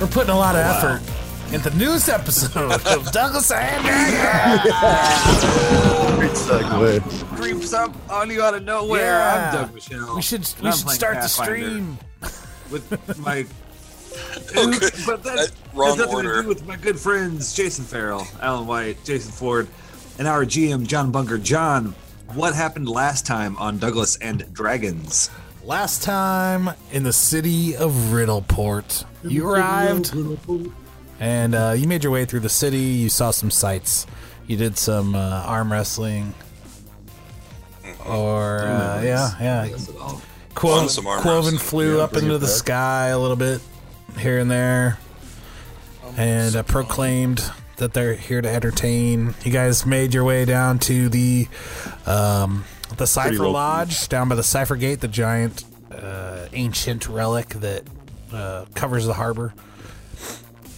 We're putting a lot of effort into this episode of Douglas and Dragons. creeps up on you out of nowhere. Yeah. I'm Doug Michelle. We should And we I'm should playing start the Pathfinder stream. with my. Okay, but that, that- wrong has nothing to order. do with my good friends Jason Farrell, Alan White, Jason Ford, and our GM John Bunker. John, what happened last time on Douglas and Dragons? Last time in the city of Riddleport, you arrived and uh, you made your way through the city. You saw some sights. You did some uh, arm wrestling, or uh, yeah, yeah. Quo- Won Mm-hmm. some arm Quoven wrestling. flew up into the sky a little bit here and there, and uh, proclaimed that they're here to entertain. You guys made your way down to the um, the Cipher local. Lodge down by the Cipher Gate, the giant uh, ancient relic that uh, covers the harbor.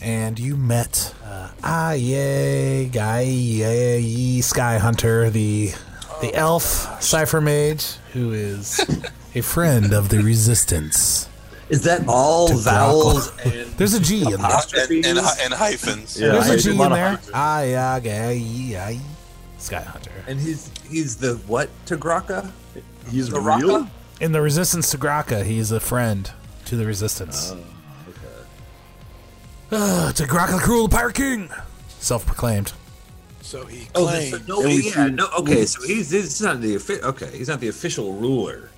And you met uh, Aye Guy Sky Hunter, the the elf cipher mage, who is a friend of the resistance. Is that all vowels and There's a G in there. and, and, hy- and hyphens. Yeah, I There's a did G in wanna- there. Aye Aye Guy Aye Sky Hunter. and he's he's the what to Graka? He's The real. Rocka? In the resistance to Graka, he is a friend to the resistance. Oh, Uh, to Graka the Cruel Pirate King, self-proclaimed. So he Oh, so claimed. no, yeah, no, okay. So he's, he's not the offi- okay. He's not the official ruler.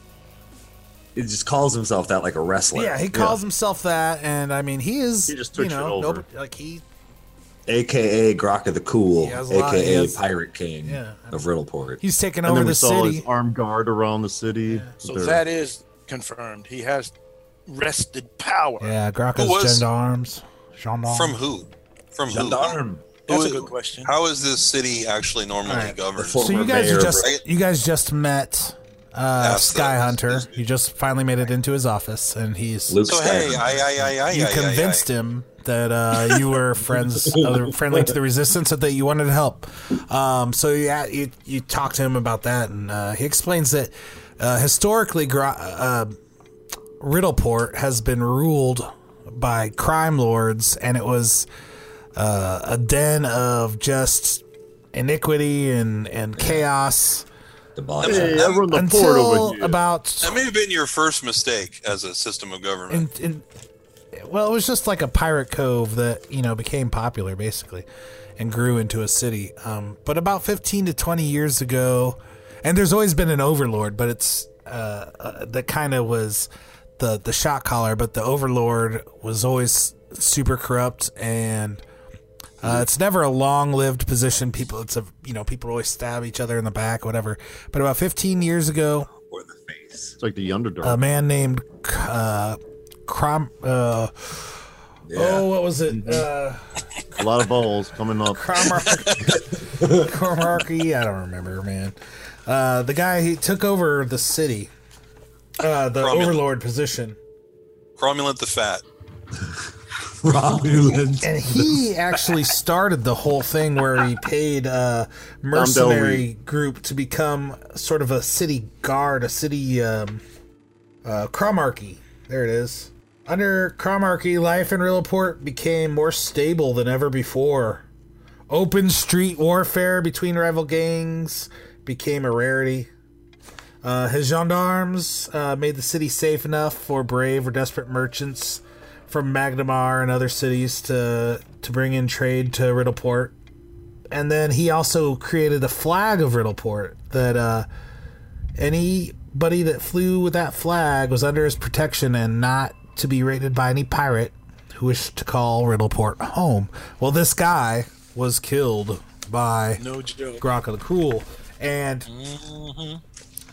He just calls himself that like a wrestler. Yeah, he calls himself that, and I mean, he is. He just you took shit know, over. nob- like he, AKA Grokka the Cool, He has a lot- he AKA has- Pirate King Yeah. of Riddleport. he's taken And over then we the saw city. his armed guard around the city. So They're- that is confirmed. He has wrested power. Yeah, Graka's Who was- gendarmes. Gendarmes. From who? From who? Gendarme, That's a Who- good question. How is this city actually normally Alright. governed? The So you guys Mayor, just right? you guys just met uh, That's the- Sky Hunter. You just finally made it into his office, and he's Luke So hey, uh, Skywalker. I, I, I, I, you I, convinced him that uh, you were friends, uh, friendly to the resistance, and that you wanted help. Um, so yeah, you you talk to him about that, and uh, he explains that uh, historically, Gra- uh, Riddleport has been ruled by crime lords, and it was uh, a den of just iniquity and and chaos Debauchery. Hey, I run the port over until here. about That may have been your first mistake as a system of government. in, in, well, it was just like a pirate cove that you know became popular basically, and grew into a city. Um, but about fifteen to twenty years ago, and there's always been an overlord, but it's uh, uh, that kind of was the the shot collar. But the overlord was always super corrupt and. Uh, it's never a long-lived position. People, it's a you know, people always stab each other in the back, whatever. But about 15 years ago, or the face. It's like the underdark. a man named uh, Crom. Uh, Oh, what was it? Uh, a lot of balls coming up. Cromark. Cromarky. I don't remember, man. Uh, the guy he took over the city, uh, the Cromulent. overlord position, Cromulent the Fat. Romulan. and he actually started the whole thing where he paid a mercenary group to become sort of a city guard, a city um, uh, Cromarchy. There it is. Under Cromarchy, life in Riddleport became more stable than ever before. Open street warfare between rival gangs became a rarity. Uh, his gendarmes uh, made the city safe enough for brave or desperate merchants from Magnamar and other cities to to bring in trade to Riddleport. And then he also created the flag of Riddleport that uh, anybody that flew with that flag was under his protection and not to be raided by any pirate who wished to call Riddleport home. Well, this guy was killed by No joke. Grokka the Cruel, and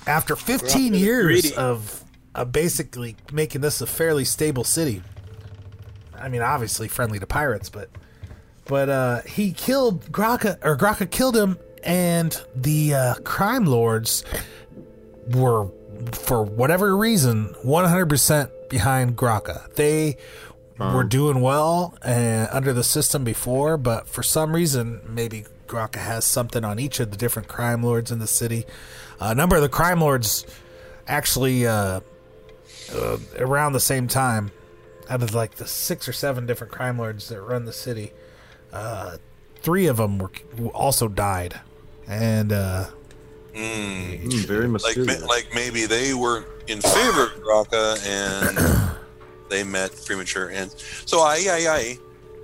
After 15 Corrupted years greedy. of uh, basically making this a fairly stable city, I mean, obviously friendly to pirates, but but uh, he killed Graka, or Graka killed him, and the uh, crime lords were, for whatever reason, 100% behind Graka. They were doing well uh, under the system before, but for some reason, maybe Graka has something on each of the different crime lords in the city. a number of the crime lords actually uh, uh, around the same time, out of like the six or seven different crime lords that run the city, uh, three of them were also died, and uh, Mm, very Like, ma- mysterious. like maybe they were in favor of Raka and they met premature. And so, I, I,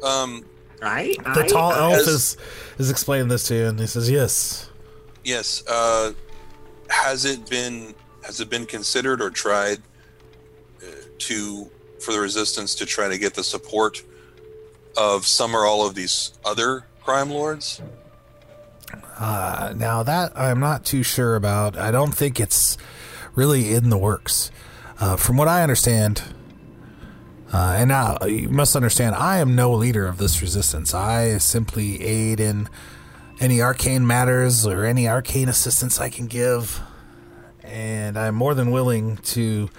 I, um, right? the tall elf as- is is explaining this to you, and he says, "Yes, yes, uh, has it been has it been considered or tried uh, to for the resistance to try to get the support of some or all of these other crime lords? Uh, now that I'm not too sure about. I don't think it's really in the works. Uh, from what I understand, uh, and now you must understand, I am no leader of this resistance. I simply aid in any arcane matters or any arcane assistance I can give, and I'm more than willing to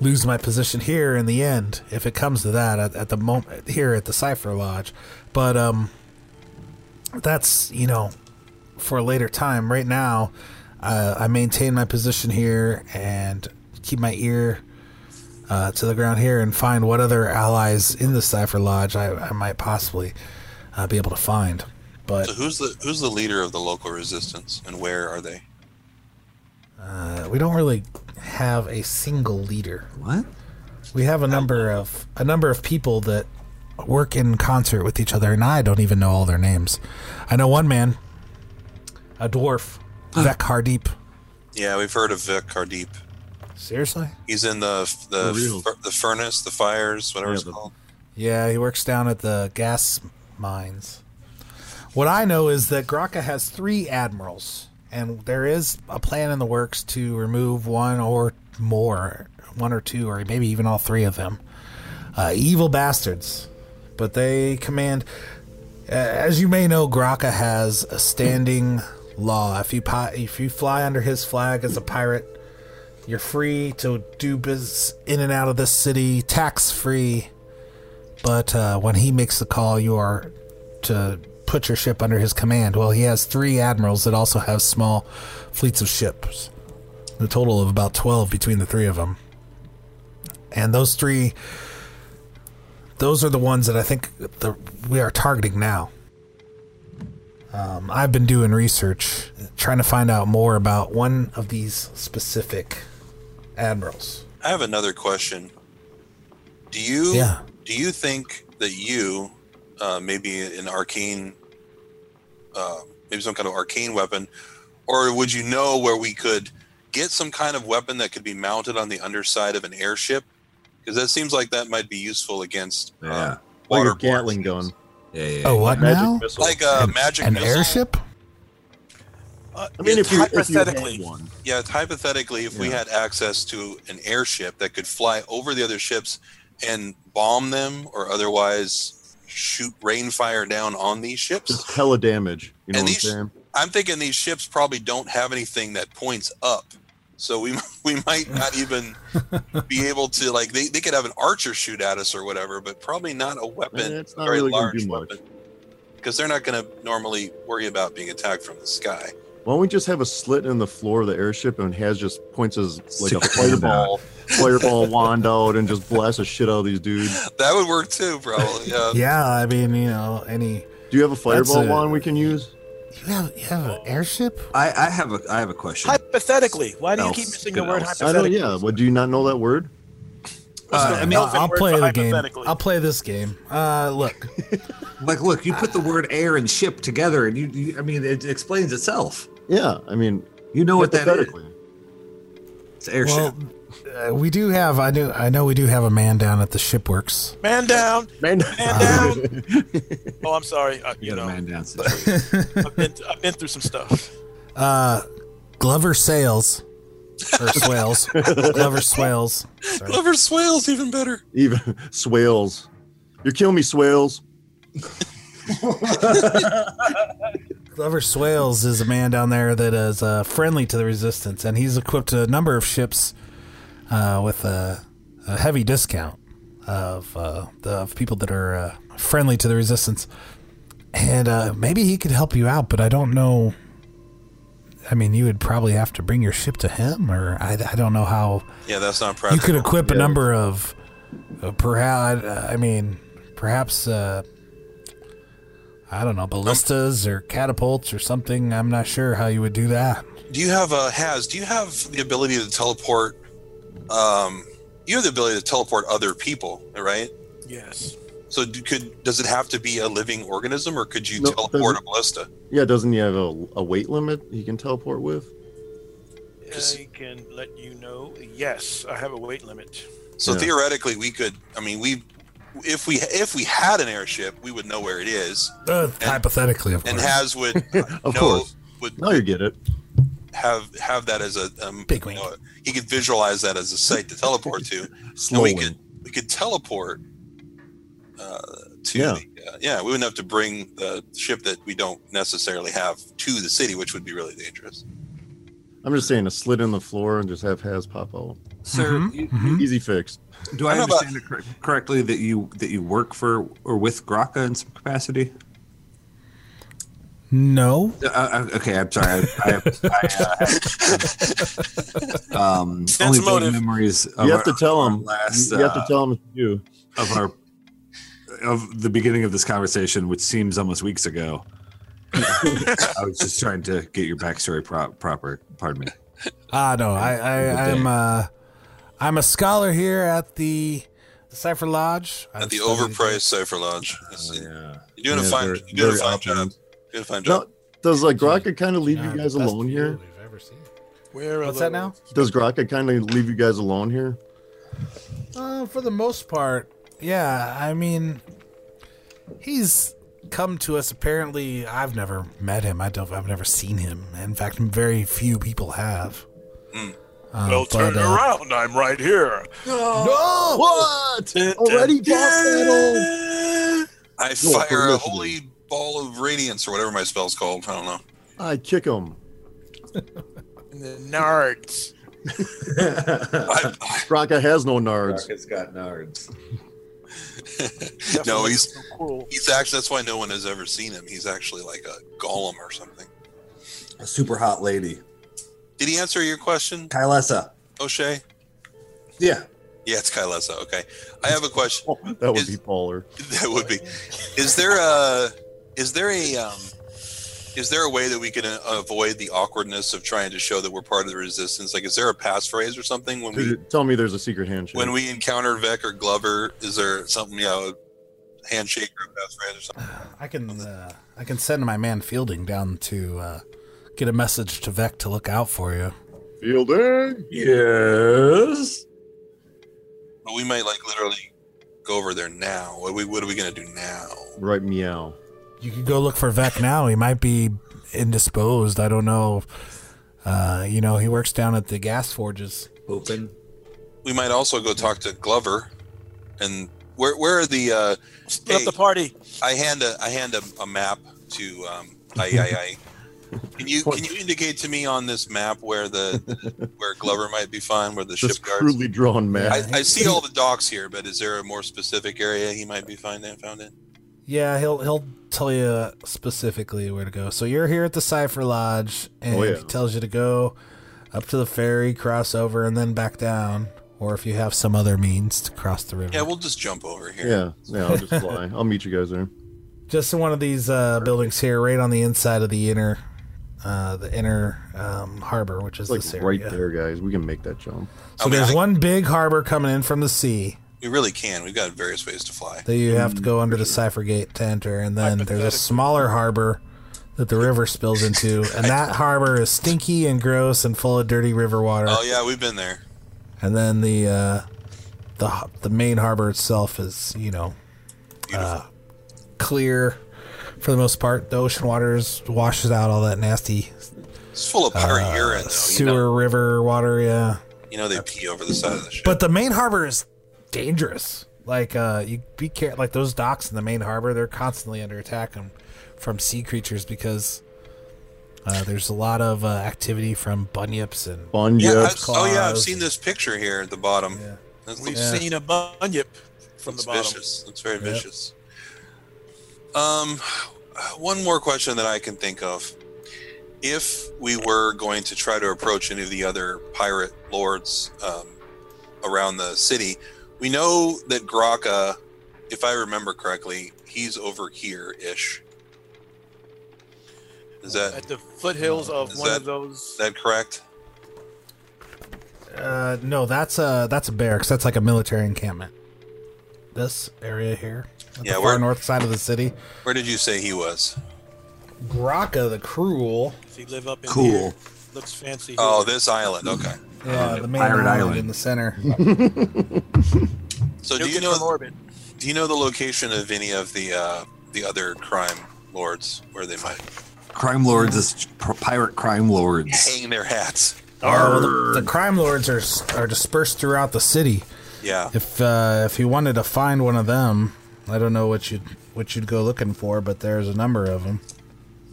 lose my position here in the end if it comes to that at, at the moment here at the Cipher Lodge. But um, that's you know for a later time. Right now, uh, I maintain my position here and keep my ear uh, to the ground here and find what other allies in the Cipher Lodge I, I might possibly uh, be able to find. But So who's the who's the leader of the local resistance and where are they? uh, we don't really have a single leader. What? We have a number of a number of people that work in concert with each other, and I don't even know all their names. I know one man, a dwarf, Vek Hardeep. Yeah, we've heard of Vic Cardeep. Seriously? He's in the For real. the fur- the furnace, the fires, whatever Yeah, it's the- called. Yeah, he works down at the gas mines. What I know is that Graka has three admirals, and there is a plan in the works to remove one or more, one or two, or maybe even all three of them. Uh, evil bastards. But they command. a- As you may know, Graka has a standing law. If you pi- if you fly under his flag as a pirate, you're free to do business in and out of this city tax free but uh, when he makes the call, you are to put your ship under his command. Well, he has three admirals that also have small fleets of ships, a total of about 12 between the three of them. And those three, those are the ones that I think the, we are targeting now. Um, I've been doing research, trying to find out more about one of these specific admirals. I have another question. Do you Yeah. do you think that you uh, maybe an arcane uh, maybe some kind of arcane weapon or would you know where we could get some kind of weapon that could be mounted on the underside of an airship? Because that seems like that might be useful against uh, Yeah. Like a waterborne Gatling disease. gun. Yeah, yeah. Oh, what Magic now? missile. like a An- magic An missile? airship? Uh, I mean, if you, if you hypothetically, had one. Yeah, it's hypothetically, if we Yeah. had access to an airship that could fly over the other ships and bomb them or otherwise shoot rain fire down on these ships, Just hella damage. You know And what I'm these- saying? I'm thinking these ships probably don't have anything that points up. So we we might not even be able to like they, they could have an archer shoot at us or whatever, but probably not a Man, weapon. it's not very really going large to do much. Because they're not going to normally worry about being attacked from the sky. Why don't we just have a slit in the floor of the airship and has just points as like a Stick your hand fireball, fireball wand out and just blast the shit out of these dudes? That would work too, probably. Yeah. Yeah, I mean, you know, any. Do you have a fireball a- wand we can use? You have you have an airship? I, I have a I have a question. hypothetically, why do you Elf. keep missing Good the word elf. I don't. hypothetically? Yeah. What do you not know that word? Uh, I mean, I'll, I'll word play for the game. hypothetically. I'll play this game. Uh, look, like, look, you put the word air and ship together, and you, you I mean, it explains itself. Yeah. I mean, You know what that is? hypothetically. It's airship. well, uh, we do have. I do. I know we do have a man down at the shipworks. Man down. Man, Man Uh, down. oh, I'm sorry. Uh, you you got a know, man down situation. I've been, I've been through some stuff. Uh, Glover Sales or swales. Glover swales. Sorry. Glover Swale's even better. Even swales. You're killing me, swales. Glover Swales is a man down there that is uh, friendly to the resistance, and he's equipped a number of ships uh, with a, a heavy discount of uh, the of people that are uh, friendly to the resistance. And uh, maybe he could help you out, but I don't know. I mean, you would probably have to bring your ship to him, or I, I don't know how Yeah, that's not you practical. could equip a number of uh, perhaps i mean perhaps uh i don't know ballistas or catapults or something i'm not sure how you would do that do you have uh, has? Do you have the ability to teleport? Um, you have the ability to teleport other people, right? Yes. So do, could does it have to be a living organism, or could you No, teleport a doesn't- ballista? Yeah, doesn't he have a, a weight limit he can teleport with? I can let you know. Yes, I have a weight limit. So Yeah. theoretically, we could. I mean, we if we if we had an airship, we would know where it is, uh, hypothetically of and course has would Of know- course. would Now you get it. have have that as a um, Big you wink. know, he could visualize that as a site to teleport to. and we Slowly. could we could teleport uh, to Yeah. the, uh, yeah we wouldn't have to bring the ship that we don't necessarily have to the city which would be really dangerous I'm just saying, a slit in the floor and just have Haz pop out. Sir, Mhm, you- mhm. Easy fix. do I I don't know about- understand it cor- correctly that you that you work for or with Graka in some capacity? no Uh, Uh, okay, I'm sorry. I, I, I, uh, um, Sense only motive. vague memories. Of you have to our- tell him. last, you you have uh, to tell him it's you. of our of the beginning of this conversation, which seems almost weeks ago. I was just trying to get your backstory pro- proper. Pardon me. ah no i i i'm uh i'm a scholar here at the Cypher Lodge. at I've the studied- overpriced cipher lodge That's- yeah. you're doing a Uh, Yeah, fine very- you're doing a very fine job opulent. you're doing a fine No, job does like Graka kind of leave Yeah, you guys Uh, best alone view here? we've ever seen. Where are What's that now? Does those? Graka kind of leave you guys alone here? Uh, for the most part, yeah. I mean, he's come to us. Apparently, I've never met him. I don't. I've never seen him. In fact, very few people have. Mm. Uh, Hmm. well, turn but, uh, around. I'm right here. No! What? Already boss battle? i No, for fire a listening. holy ball of radiance or whatever my spell's called i don't know I kick him. And the Nards. I, I- Graka has no nards. has got nards. no Definitely he's so cool. he's actually that's why no one has ever seen him he's actually like a golem or something A super hot lady, did he answer your question Kylesa. o'shea Yeah. yeah it's kylesa okay i have a question Oh, that would Is- be Pauler. That would be. Is there a is there a um, is there a way that we can uh, avoid the awkwardness of trying to show that we're part of the resistance? Like, is there a passphrase or something when we Tell me there's a secret handshake. when we encounter Vec or Glover? Is there something you know, a handshake or a passphrase or something? I can. Uh, I can send my man Fielding down to uh, get a message to Vec to look out for you. Fielding? Yes. But we might like literally go over there now. What are we what are we gonna do now? Right, meow. You could go look for Vec now. He might be indisposed. I don't know. Uh, you know, he works down at the gas forges. Open. We might also go talk to Glover, and where where are the uh, Split Hey. up the party. I hand a I hand a, a map to um I, I, I. Can you can you indicate to me on this map where the where Glover might be fine, where the This ship guards? crudely drawn map. I, I see all the docks here, but is there a more specific area he might be fine found in? Yeah, he'll he'll tell you specifically where to go. So you're here at the Cipher Lodge, and Oh, yeah. he tells you to go up to the ferry, cross over, and then back down. Or if you have some other means to cross the river, Yeah, we'll just jump over here. yeah, yeah, I'll just fly. I'll meet you guys there. just in one of these uh, buildings here, right on the inside of the inner, uh, the inner um, harbor, which It's is like this area. right there, guys. We can make that jump. So I mean, there's I- one big harbor coming in from the sea We really can. We've got various ways to fly. that you Mm. have to go under the Cipher Gate to enter, and then there's a Hypothetically. smaller harbor that the river spills into, and that harbor is stinky and gross and full of dirty river water. Oh yeah, we've been there. and then the uh, the har- the main harbor itself is you know uh, clear for the most part. The ocean waters washes out all that nasty It's full of pirate uh, urine, though. sewer, You, Oh, know, river, water. Yeah, you know they pee over the side of the ship. but the main harbor is dangerous. Like, uh, you be careful. Like those docks in the main harbor, they're constantly under attack um, from sea creatures because uh, there's a lot of uh, activity from bunyips and Fun, yeah, yeah. I- oh yeah, I've Claws. seen this picture here at the bottom. Yeah. That We've looks- Yeah. seen a bunyip from the It's bottom. vicious. It's very Yep. vicious. Um, one more question that I can think of: If we were going to try to approach any of the other pirate lords um, around the city, we know that Graka, if I remember correctly, he's over here ish. Is that At the foothills of Is one that- of those. is that correct? Uh, no, that's a that's a barracks. That's like a military encampment. This area here, at Yeah, the we're- far north side of the city. Where did you say he was? Graka the Cruel. Does he live up in Cool. here? Looks fancy. Here. Oh, this island. Okay. Yeah, uh, the main Pirate island, Island. in the center. So Nuke do you it know? from orbit? Do you know the location of any of the uh, the other crime lords where they might Crime lords is pr- pirate crime lords. hang their hats? Oh, the, the crime lords are s- are dispersed throughout the city. Yeah, If uh, if you wanted to find one of them, I don't know what you'd what you'd go looking for, but there's a number of them.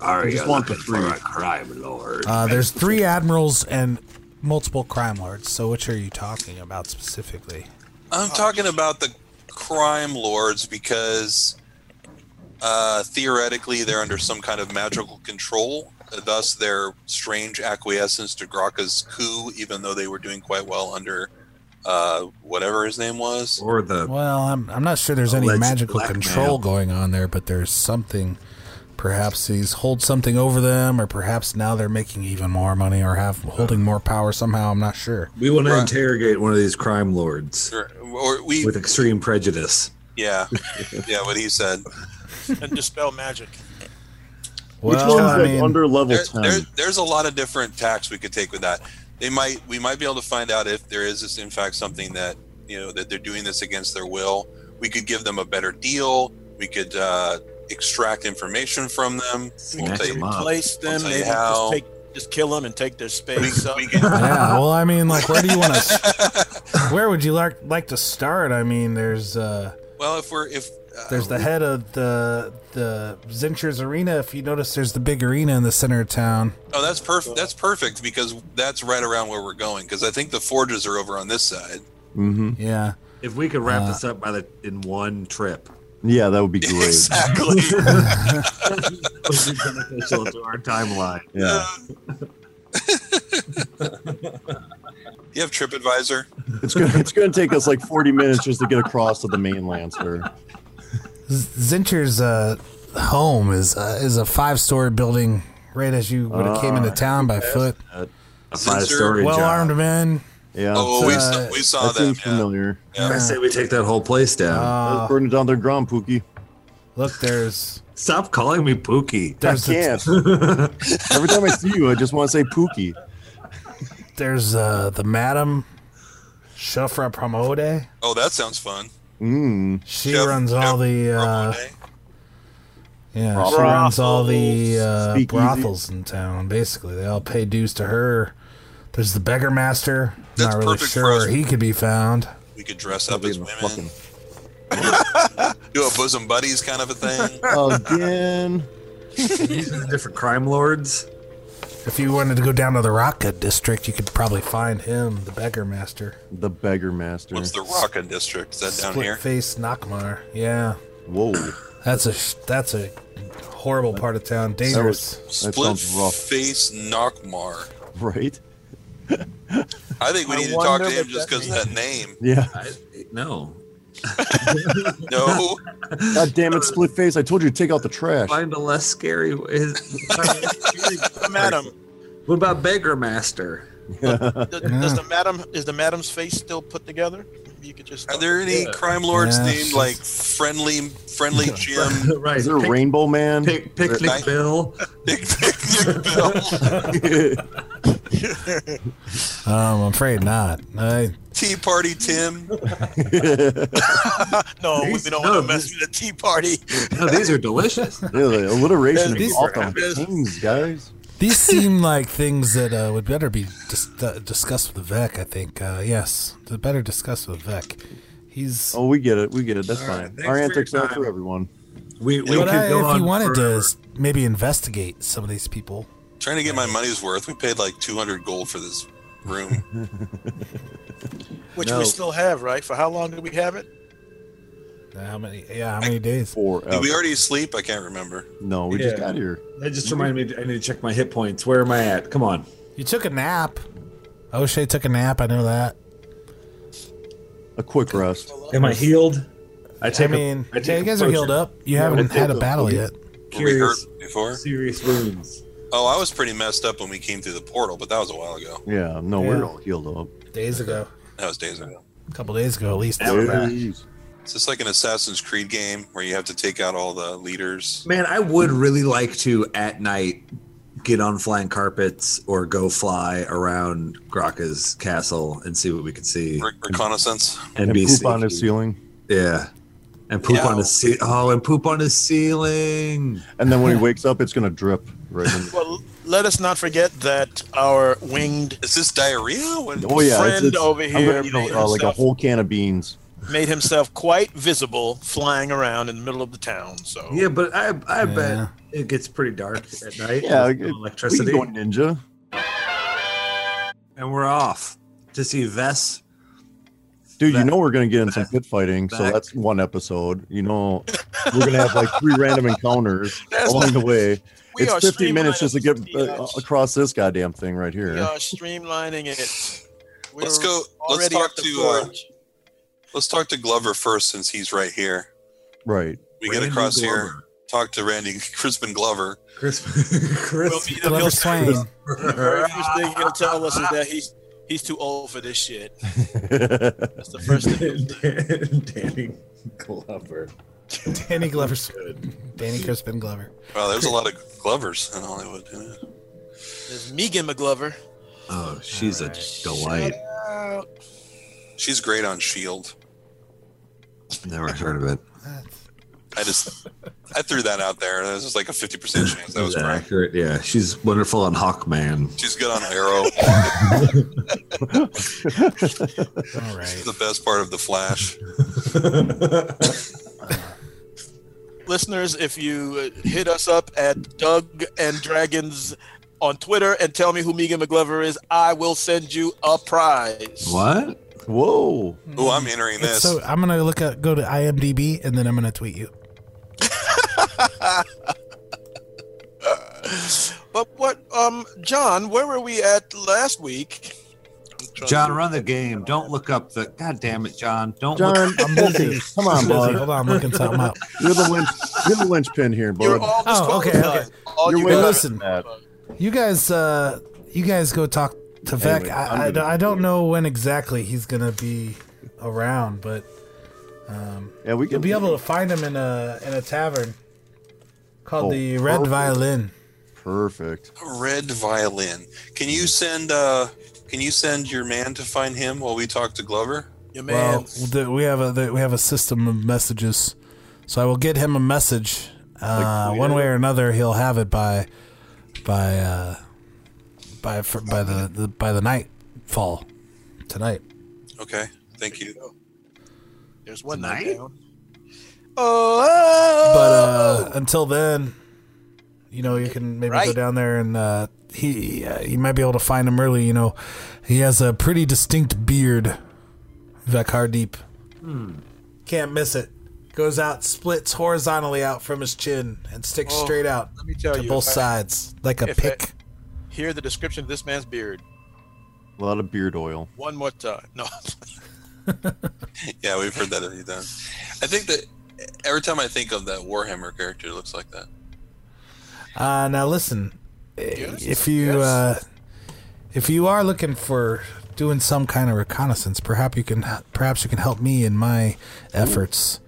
Are just you want the looking for three. a crime lord? Uh, there's three admirals and multiple crime lords. So which are you talking about specifically? I'm talking about the crime lords because uh, theoretically they're under some kind of magical control. Thus, their strange acquiescence to Graka's coup, even though they were doing quite well under uh, whatever his name was. or the Well, I'm, I'm not sure there's any Alleged magical blackmail. control going on there, but there's something. Perhaps he's hold something over them, or perhaps now they're making even more money or have holding more power somehow. I'm not sure. we want to Right. interrogate one of these crime lords Or, or we, with extreme prejudice. yeah, yeah, what he said. And dispel magic. Which Well, one's I like mean, under level there, ten? there- there's a lot of different tacks we could take with that. They might we might be able to find out if there is this, in fact something that you know that they're doing this against their will. We could give them a better deal. We could uh, extract information from them. Snatch take- them up. Replace them. tell you Maybe how. just take, just kill them and take their We, space. up. we could, yeah. Well, I mean, like, where do you want to? Where would you like like to start? I mean, there's uh, well, if we're if uh, there's the head of the the Zincher's Arena. If you notice, there's the big arena in the center of town. oh that's perfect that's perfect because that's right around where we're going because I think the forges are over on this side. hmm Mm-hmm. Yeah. If we could Uh, wrap this up by the in one trip, Yeah, that would be great. Exactly. it would be beneficial to our timeline. Yeah. you have TripAdvisor. It's gonna it's gonna take us like forty minutes just to get across to the mainland, sir. Z- Zincher's uh, home is uh, is a five story building right as you would have came into town by foot. Ah, A Since five you're story Well job. armed men. Yeah. Oh, we, uh, saw- we saw that them. seems Yeah. familiar. I say we take that whole place down. Uh, Let's burn it down their ground, Pookie. look, there's Stop calling me Pookie. I there's the, can't. Every time I see you, I just want to say Pookie. there's uh, the Madam Shufra Pramode. Oh, that sounds fun. Mm. She Chef- runs all the uh, Ramone. yeah, she runs all the uh, Speakeasy. brothels in town. Basically, they all pay dues to her. There's the beggar master. That's Not really perfect sure for us. where he could be found. We could dress up as Being a women, fucking- do a bosom buddies kind of a thing. Again. These are the different crime lords. If you wanted to go down to the Raka district, you could probably find him, the beggar master. The beggar master. What's the Raka district? Is that down Split here? face Nakmar. Yeah, Whoa. that's a sh- that's a horrible part of town. That Dangerous. was that Split sounds rough, face Nockmar. right? I think we I need to talk to wonder him what just that because of that name. Yeah. I, no. No, God damn it, split face. I told you to take out the trash. Find a less scary. Is, The madam. what about Beggar Master? Does, does the madam is the madam's face still put together? You could just. are there any crime lords Yeah, named she's- like friendly, friendly Jim, right. Is there a Pic- rainbow man? pic- picnic Right. Bill. Big Picnic Bill, Um, I'm afraid not. I, Tea Party Tim? No, we These- don't no, want to mess with the Tea Party. No, these are delicious. Yeah, the alliteration is These off are- the things, guys. These seem like things that uh, would better be dis- uh, discussed with Vec. I think. Uh, yes, the better discussed with Vec. He's Oh, we get it. We get it. That's All right, fine. thanks Our for your antics are time. for everyone. We, we what could I, go if on you wanted to forever. is maybe investigate some of these people. Trying to get my money's worth. We paid like 200 gold for this room. Which No. we still have, right? For how long did we have it? How many? Yeah, how many days? Four. Did we already sleep? I can't remember. No, we just Yeah. got here. That just reminded me. I need to check my hit points. Where am I at? Come on. You took a nap. O'Shea took a nap. I know that. A quick rest. Am I healed? I I take. mean, a, I take yeah, you guys are healed up. You haven't I had a take a- battle yet. Were we hurt Curious, before? serious wounds. Oh, I was pretty messed up when we came through the portal, but that was a while ago. Yeah, no, Yeah. we're all healed up. Days ago, That was days ago. a couple days ago at least. Jeez. It's just like an Assassin's Creed game where you have to take out all the leaders. Man, I would really like to at night get on flying carpets or go fly around Graka's castle and see what we could see Re- reconnaissance. and, And be poop on sneaky. his ceiling. Yeah, and poop on his ce- oh, and poop on his ceiling. And then when he wakes up, it's gonna drip right in. Well, let us not forget that our winged Is this diarrhea? What- Oh yeah, friend over I'm here gonna eat a- made uh, like a himself- whole can of beans. made himself quite visible flying around in the middle of the town. So Yeah, but I I Yeah. bet it gets pretty dark at night. Yeah, There's no it- electricity, We can go ninja. and we're off to see Vess. Dude, you Back- know we're gonna get in some back- pit fighting, so back. that's one episode. You know, we're gonna have like three random encounters That's along the way. we It's are 15 minutes streamlining just to get the, uh, uh, across this goddamn thing right here. We are streamlining it. We're Let's go- let's already talk up to to, uh, forge. Let's talk to Glover first since he's right here. Right. We get across here, talk to Randy Crispin Glover. Chris, We'll Chris, meet him. Glover He'll- Swain. The very first thing he'll tell us is that he's he's too old for this shit. That's the first thing. he'll say. Danny Glover. Danny Glover. Danny Crispin Glover. Wow, there's a lot of Glovers in Hollywood. yeah. There's Megan McGlover. Oh, she's All right. a delight. Out. She's great on Shield. Never heard of it. That's- I just I threw that out there. That was just like a 50% chance that Is was correct. accurate. Yeah, she's wonderful on Hawkman. She's good on Arrow. All She's right. the best part of the Flash. Listeners, if you uh, hit us up at Doug and Dragons on Twitter and tell me who Megan McGlover is, I will send you a prize. What? Whoa. Oh, I'm entering It's this. So I'm gonna look at go to IMDb and then I'm gonna tweet you. But what, um, John, where were we at last week? John, run the game. Don't look up the. God damn it, John. Don't John, look I'm focus. Come on, Busy. bud. Hold on, I'm looking something up. You're the lynch. You're the linchpin here, You're bud. all Oh, okay, disqualified. okay. All You're you way got- better listen. than that. You guys, uh, you guys go talk to Vec. Anyway, I'm I, I, gonna I don't do it. know when exactly he's gonna be around, but um, Yeah, we you'll can be able to find him in a in a tavern called Oh, the Red perfect. Violin. Perfect. Red Violin. Can you send uh can you send your man to find him while we talk to Glover? Your Well, man. the, we have a the, we have a system of messages, so I will get him a message. Uh, tweet one it? way or another, he'll have it by by uh, by for, by the, the by the nightfall tonight. Okay. Thank you. There's one Tonight? night down. Oh, But uh, until then, you know, you can maybe go Right. down there and uh, he uh, you might be able to find him early. You know, he has a pretty distinct beard. Vekar Deep. Hmm. Can't miss it. Goes out, splits horizontally out from his chin, and sticks Oh, straight out let me tell to you, both if I- sides like a if I- pick. hear the description of this man's beard A lot of beard oil. one more time. No, Yeah, we've heard that a few times. I think that every time I think of that Warhammer character it looks like that. Uh, now listen, Yes, if you yes. uh, if you are looking for doing some kind of reconnaissance, perhaps you can perhaps you can help me in my efforts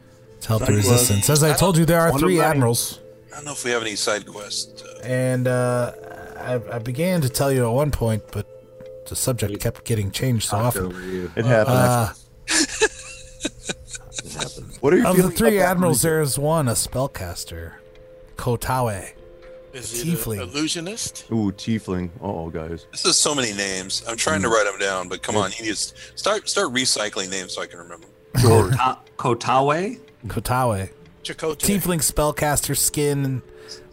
to help the resistance. As I told you, there are three admirals, I don't know if we have any side quests. Uh, and uh, I, I began to tell you at one point, but the subject kept getting changed so often. It happens. Uh, what are you of feeling the three about that admirals, there is one, a spellcaster, Kotawe. Is he Tiefling. an illusionist? Ooh, tiefling. Uh-oh, guys. This is so many names. I'm trying Mm. to write them down, but come on, you need to start start recycling names so I can remember. 'em. Kota- Kotawe? Kotawe. Chakotay. Tiefling spellcaster skin,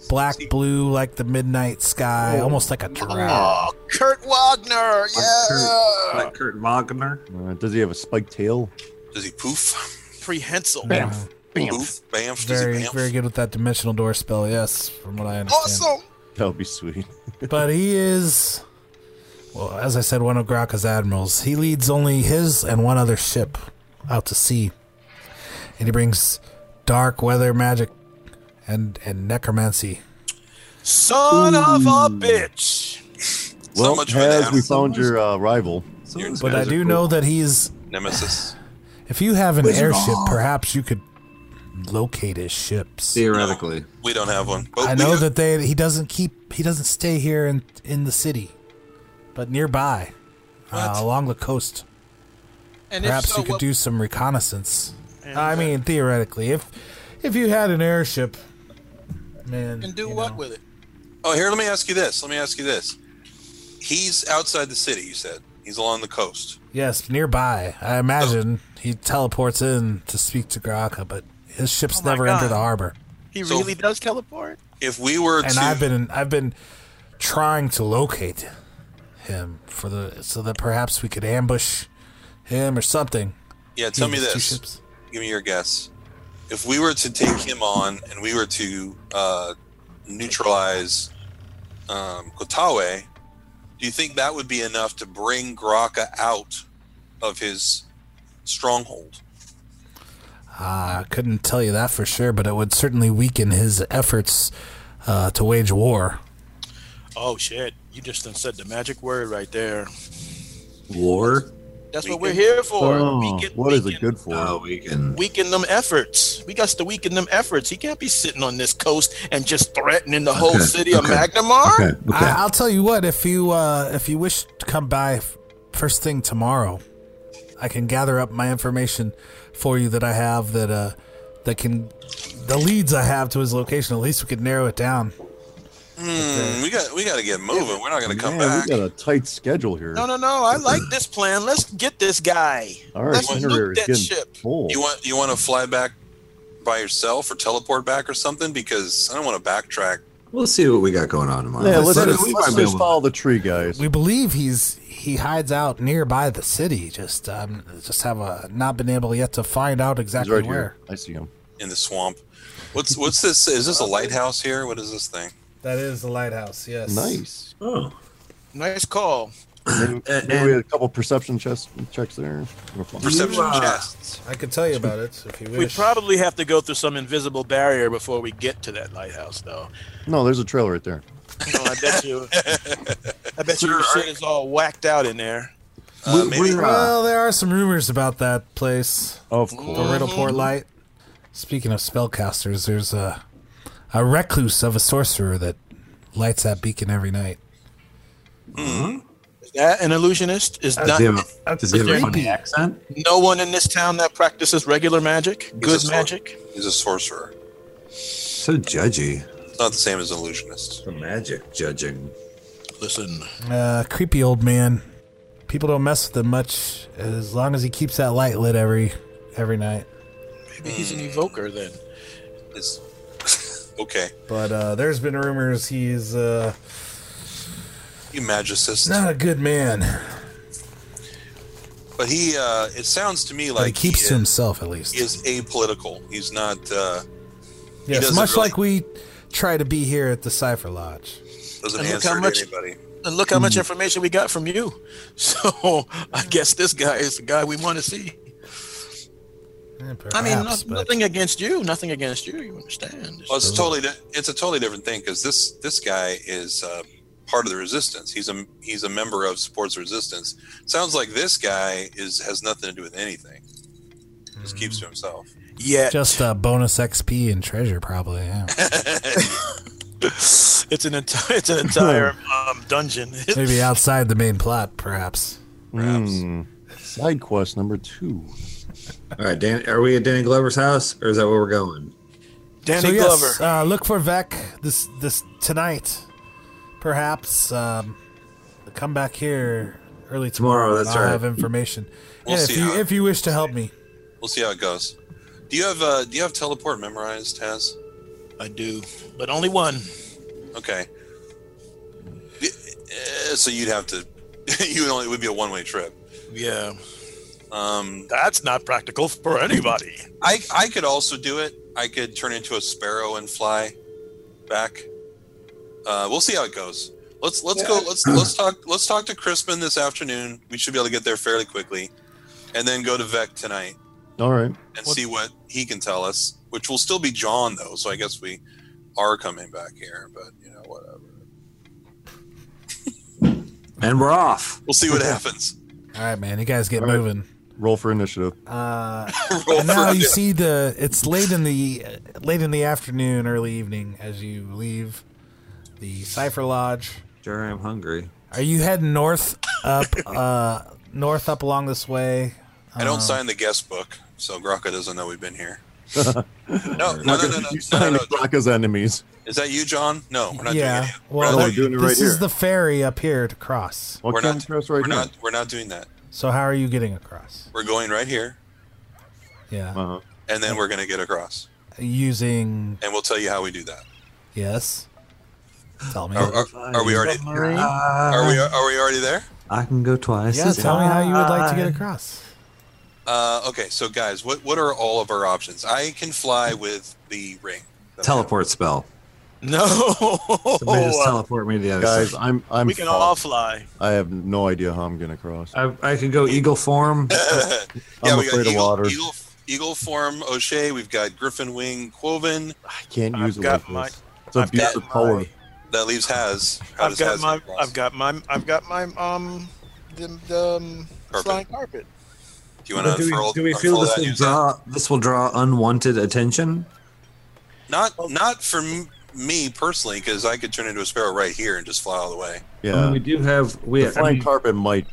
black blue like the midnight sky, almost like a drow. Oh, Kurt Wagner. Like Kurt, Yeah. like Kurt Wagner? Uh, does he have a spiked tail? Does he poof? Prehensile. Bamf. Poof? Bamf? Does Very, he bamf? very good with that dimensional door spell. Yes, from what I understand. Awesome. That would be sweet. but he is well as i said one of graka's admirals he leads only his and one other ship out to sea and he brings dark weather magic and and necromancy Son of a bitch. Well, much for Taz, that. we found your uh, rival. So You're- those but i guys are do cool. know that he's Nemesis. if you have an Wizard airship Hall. perhaps you could locate his ships Theoretically. We don't have one. But i we know have- that they he doesn't keep he doesn't stay here in in the city but nearby uh, What? along the coast And Perhaps you could what- do some reconnaissance. And, I uh, mean, theoretically, if if you had an airship, man, and do you what know. with it? Oh, here, let me ask you this. Let me ask you this. He's outside the city, you said. He's along the coast. Yes, nearby. I imagine he teleports in to speak to Graka, but his ships Oh my never enter God. the harbor. He So- really does teleport. If we were And to. I've been I've been trying to locate him for the so that perhaps we could ambush him or something. yeah, tell He me has two this. ships. Give me your guess. If we were to take him on and we were to uh, neutralize um, Kotawe, do you think that would be enough to bring Graka out of his stronghold? Ah, I couldn't tell you that for sure, but it would certainly weaken his efforts uh, to wage war. Oh shit! You just done said the magic word right there. War? That's what Weaken. we're here for. Oh, Weaken- what is weaken- it good for? Oh, we can. Weaken them efforts. We got to weaken them efforts. He can't be sitting on this coast and just threatening the whole Okay, city of okay, Magnamar. Okay, okay. I, I'll tell you what. If you uh, if you wish to come by f- first thing tomorrow, I can gather up my information for you that I have that uh, that can the leads I have to his location. At least we could narrow it down. Hmm, we got we got to get moving. We're not going to come Man, back. we got a tight schedule here. No, no, no. I like this plan. Let's get this guy. All right, Let's itinerary nuke is that getting ship. full. You want you want to fly back by yourself or teleport back or something because I don't want to backtrack. We'll see what we got going on tomorrow. yeah, let's, See, let's, we let's might be just able- follow the tree, guys. We believe he's he hides out nearby the city. Just um, just have a, not been able yet to find out He's exactly right where. here. I see him. in the swamp. What's what's this? Is this a lighthouse here? What is this thing? That is the lighthouse. Yes. Nice. Oh. Nice call. Maybe, And- maybe we had a couple perception checks, checks there. We're fine. Perception uh, chests. I could tell you about it if you wish. We probably have to go through some invisible barrier before we get to that lighthouse, though. No, there's a trail right there. No, I bet you. I bet you Sure, your all shit is all whacked out in there. Uh, we- maybe we're, uh, well, there are some rumors about that place. Of Mm-hmm. The Riddleport Light. Speaking of spellcasters, there's a a recluse of a sorcerer that lights that beacon every night. Is that an illusionist? Is does not he have a, does he have a funny creepy. accent? no one in this town that practices regular magic, good a sorcerer. magic? he's a sorcerer. So judgy. It's not the same as illusionist. The magic judging. Listen, Uh, creepy old man. People don't mess with him much as long as he keeps that light lit every every night. maybe he's an evoker then. It's okay. But uh, there's been rumors he's uh, You magicist, not a good man. but he. Uh, it sounds to me But like he keeps he to is, himself at least. he is apolitical. He's not. Uh, yes, doesn't much really- like we try to be here at the Cipher Lodge. doesn't And look answer how to much- anybody. And look how Hmm. much information we got from you. So I guess this guy is the guy we want to see. Eh, I mean, perhaps, but- no- nothing against you. Nothing against you. You understand? Well, it's totally. Di- it's a totally different thing because this this guy is uh, part of the resistance. He's a he's a member of supports resistance. Sounds like this guy is has nothing to do with anything. Just keeps to himself. yeah, Just uh, bonus XP and treasure, probably. Yeah. it's an entire it's an entire um, dungeon. Maybe outside the main plot, perhaps. Perhaps. Side quest number two. All right, Dan, are we at Danny Glover's house or is that where we're going? Danny so Glover. yes, uh, look for Vec this this tonight, perhaps. Um, come back here early tomorrow. Tomorrow, and that's I'll right. have information. We'll yeah, if see you how- if you wish to help me, We'll see how it goes. Do you have uh, Do you have teleport memorized, Taz? I do, but only one. Okay. Y- uh, So you'd have to. you would only it would be a one way trip. Yeah, Um, that's not practical for anybody. I I could also do it. I could turn into a sparrow and fly back. Uh, we'll see how it goes. Let's let's go. Let's let's talk. Let's talk to Crispin this afternoon. We should be able to get there fairly quickly, and then go to Vec tonight All right. and What- see what he can tell us. Which will still be John though, so I guess we are coming back here. But you know whatever. And we're off. We'll see what happens. all right, man. You guys get All right. moving. Roll for initiative. Uh, Roll and now for- you see the it's late in the uh, late in the afternoon, early evening as you leave the Cipher Lodge. Sure, I'm hungry. Are you heading north up uh, north up along this way? I don't Uh, sign the guest book, so Graka doesn't know we've been here. no, no, no, no, no, You no, no, signed no. Blanca's enemies. Is that you, John? No, we're not doing Yeah. any. Well, No, we're that- doing it right this is here. the ferry up here to cross. Well, We're Kevin not- Press right we're now. not. We're not doing that. So how are you getting across? We're going right here, Yeah. Uh-huh. and then we're going to get across, Using and we'll tell you how we do that. yes. Tell me. Are, are, are we already? Are we? Are we already there? Uh, I can go twice. yeah, tell me how you would like to uh, get across. Uh, okay, so guys, what what are all of our options? I can fly with the ring. Teleport spell. No, Somebody Oh, uh, just teleport me to the other Guys, side. I'm I'm we can fucked. all fly. I have no idea how I'm gonna cross. I, I can go eagle form. yeah, I'm we afraid got of eagle, water. Eagle, eagle form O'Shea. We've got Griffin wing Quoven. I can't I've use it got like my- this. It's a I've got beautiful power. my- That leaves Has. How I've does got Haz my, get across? I've got my, I've got my um, the, the um, Carpet. flying carpet. Do you want to do unfurl? we, do we feel unfurl this that will and use that? draw this will draw unwanted attention? Not not for m- me personally, because I could turn into a sparrow right here and just fly all the way. I mean, Yeah. Um, we do have we. The flying I mean, carpet might.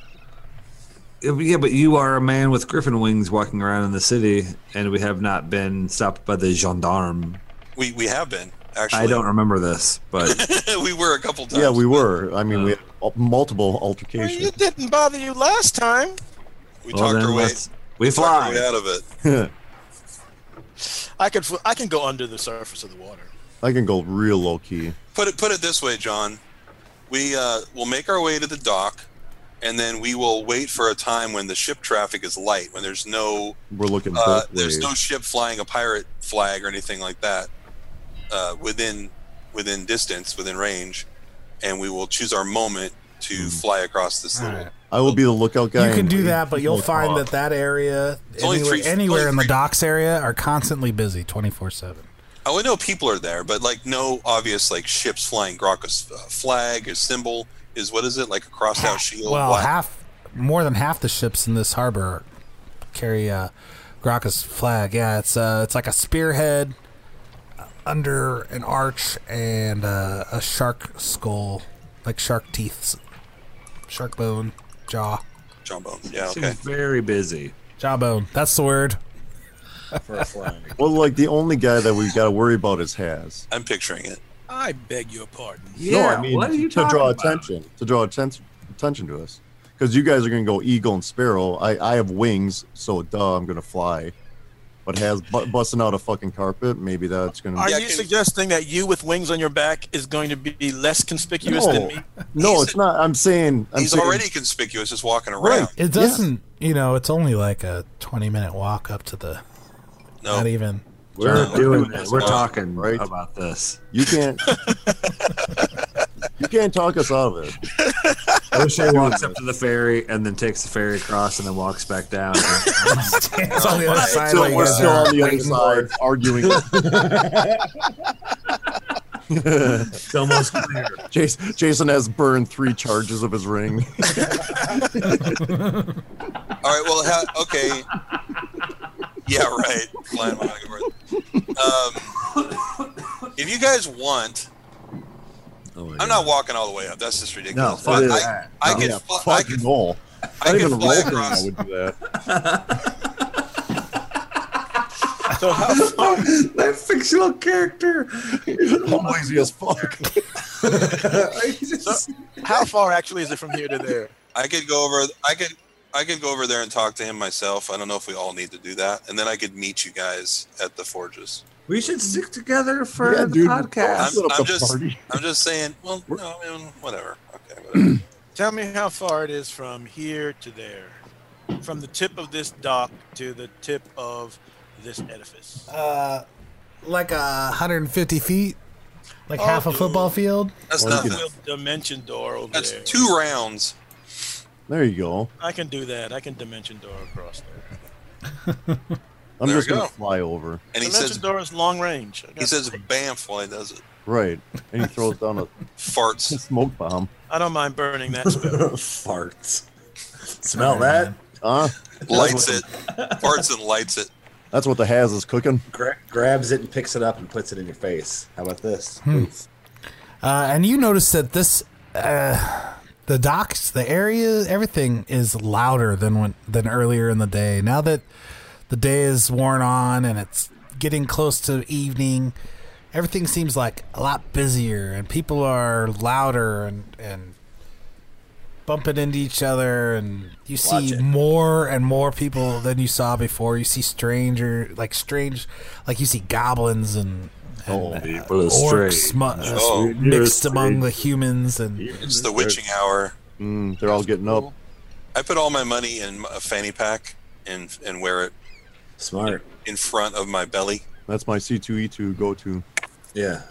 yeah, but you are a man with griffin wings walking around in the city, and we have not been stopped by the gendarme. We we have been actually. I don't remember this, but we were a couple times. Yeah, we were. I mean, Uh, we had al- multiple Well, you altercations. didn't bother you last time. we well, talked then our way. let's- we talked our way fly. out of it. I could, fl- I can go under the surface of the water. I can go real low key. Put it put it this way, John. We uh, will make our way to the dock, and then we will wait for a time when the ship traffic is light, when there's no We're looking uh, both there's ways. no ship flying a pirate flag or anything like that uh, within within distance, within range, and we will choose our moment to Hmm. fly across this All little. right. I will be the lookout guy. You can and do we- that, but you'll we'll find talk. that that area only anywhere, three- anywhere only in the three- docks area are constantly busy 24/7. I would Oh, know people are there, but like no obvious like ships flying Grokka's uh, flag or symbol is what is it like a crossed out shield? Well, Why- half more than half the ships in this harbor carry uh, Graka's flag. Yeah, it's uh, it's like a spearhead uh, under an arch and uh, a shark skull, like shark teeth, shark bone, jaw, Jumbo. Yeah. Seems Okay. very busy jawbone. That's the word. for a flag. Well, like the only guy that we got to worry about is Has. I'm picturing it. I beg your pardon. Yeah, no, I mean what are you to draw talking about? attention, to draw attention, attention to us, because you guys are gonna go eagle and sparrow. I, I have wings, so duh, I'm gonna fly. But Has bu- busting out a fucking carpet, maybe that's gonna. Are Yeah, you can- suggesting that you with wings on your back is going to be less conspicuous than no, me? no, He's- it's not. I'm saying I'm He's saying, already conspicuous just walking around. right. It doesn't. You know, it's only like a 20 minute walk up to the. No. Not even. We're No. doing this. We're No. talking Right. about this. You can't. you can't talk us out of it. O'Shea walks up to the ferry and then takes the ferry across and then walks back down. It's on the other side. So while you we're guys still are on the other waiting for- side arguing. it's almost clear. Jason, Jason has burned three charges of his ring. All right. Well. Ha- okay. yeah. Right. Flying back and forth. Um, if you guys want, Oh my I'm not walking all the way up. That's just No, ridiculous. fuck But I, that. I can. yeah, fly- I fuck can. no. I Not can even fly rolling, I across. would do that. So how far? that fictional character. I'm lazy as fuck. I just, How far actually is it from here to there? I could go over. I could. I could go over there and talk to him myself. I don't know if we all need to do that, and then I could meet you guys at the forges. we should stick together for Yeah, the dude. podcast. I'm, set up I'm the just. party. I'm just saying. Well, no, I mean, whatever. Okay, whatever. Tell me how far it is from here to there, from the tip of this dock to the tip of this edifice. Uh, like uh, 150 feet, like Oh, half a dude. football field. That's Well, you nothing. can- Little dimension door over That's there. two rounds. There you go. I can do that. I can dimension door across there. I'm There just you gonna go. fly over. And he dimension says, door is long range. I he got- says, "Bamf!" while he does it, Right. And he throws down a farts. smoke bomb. I don't mind burning that spell. Farts. Smell that? Huh? lights it, farts and lights it. Ah, That's what the Has is cooking. Gra- grabs it and picks it up and puts it in your face. How about this? Hmm. Oof. Uh, and you notice that this, uh, the docks, the area, everything is louder than when, than earlier in the day. Now that the day is worn on and it's getting close to evening, everything seems like a lot busier and people are louder and and bumping into each other and you see more and more people than you saw before. You see stranger like strange like you see goblins and, and People are orcs strange. mu- Oh, mixed you're among strange. the humans and It's the witching hour. Mm, they're all getting up. I put all my money in a fanny pack and and wear it Smart. in front of my belly. That's my E C2E2 go to. Yeah.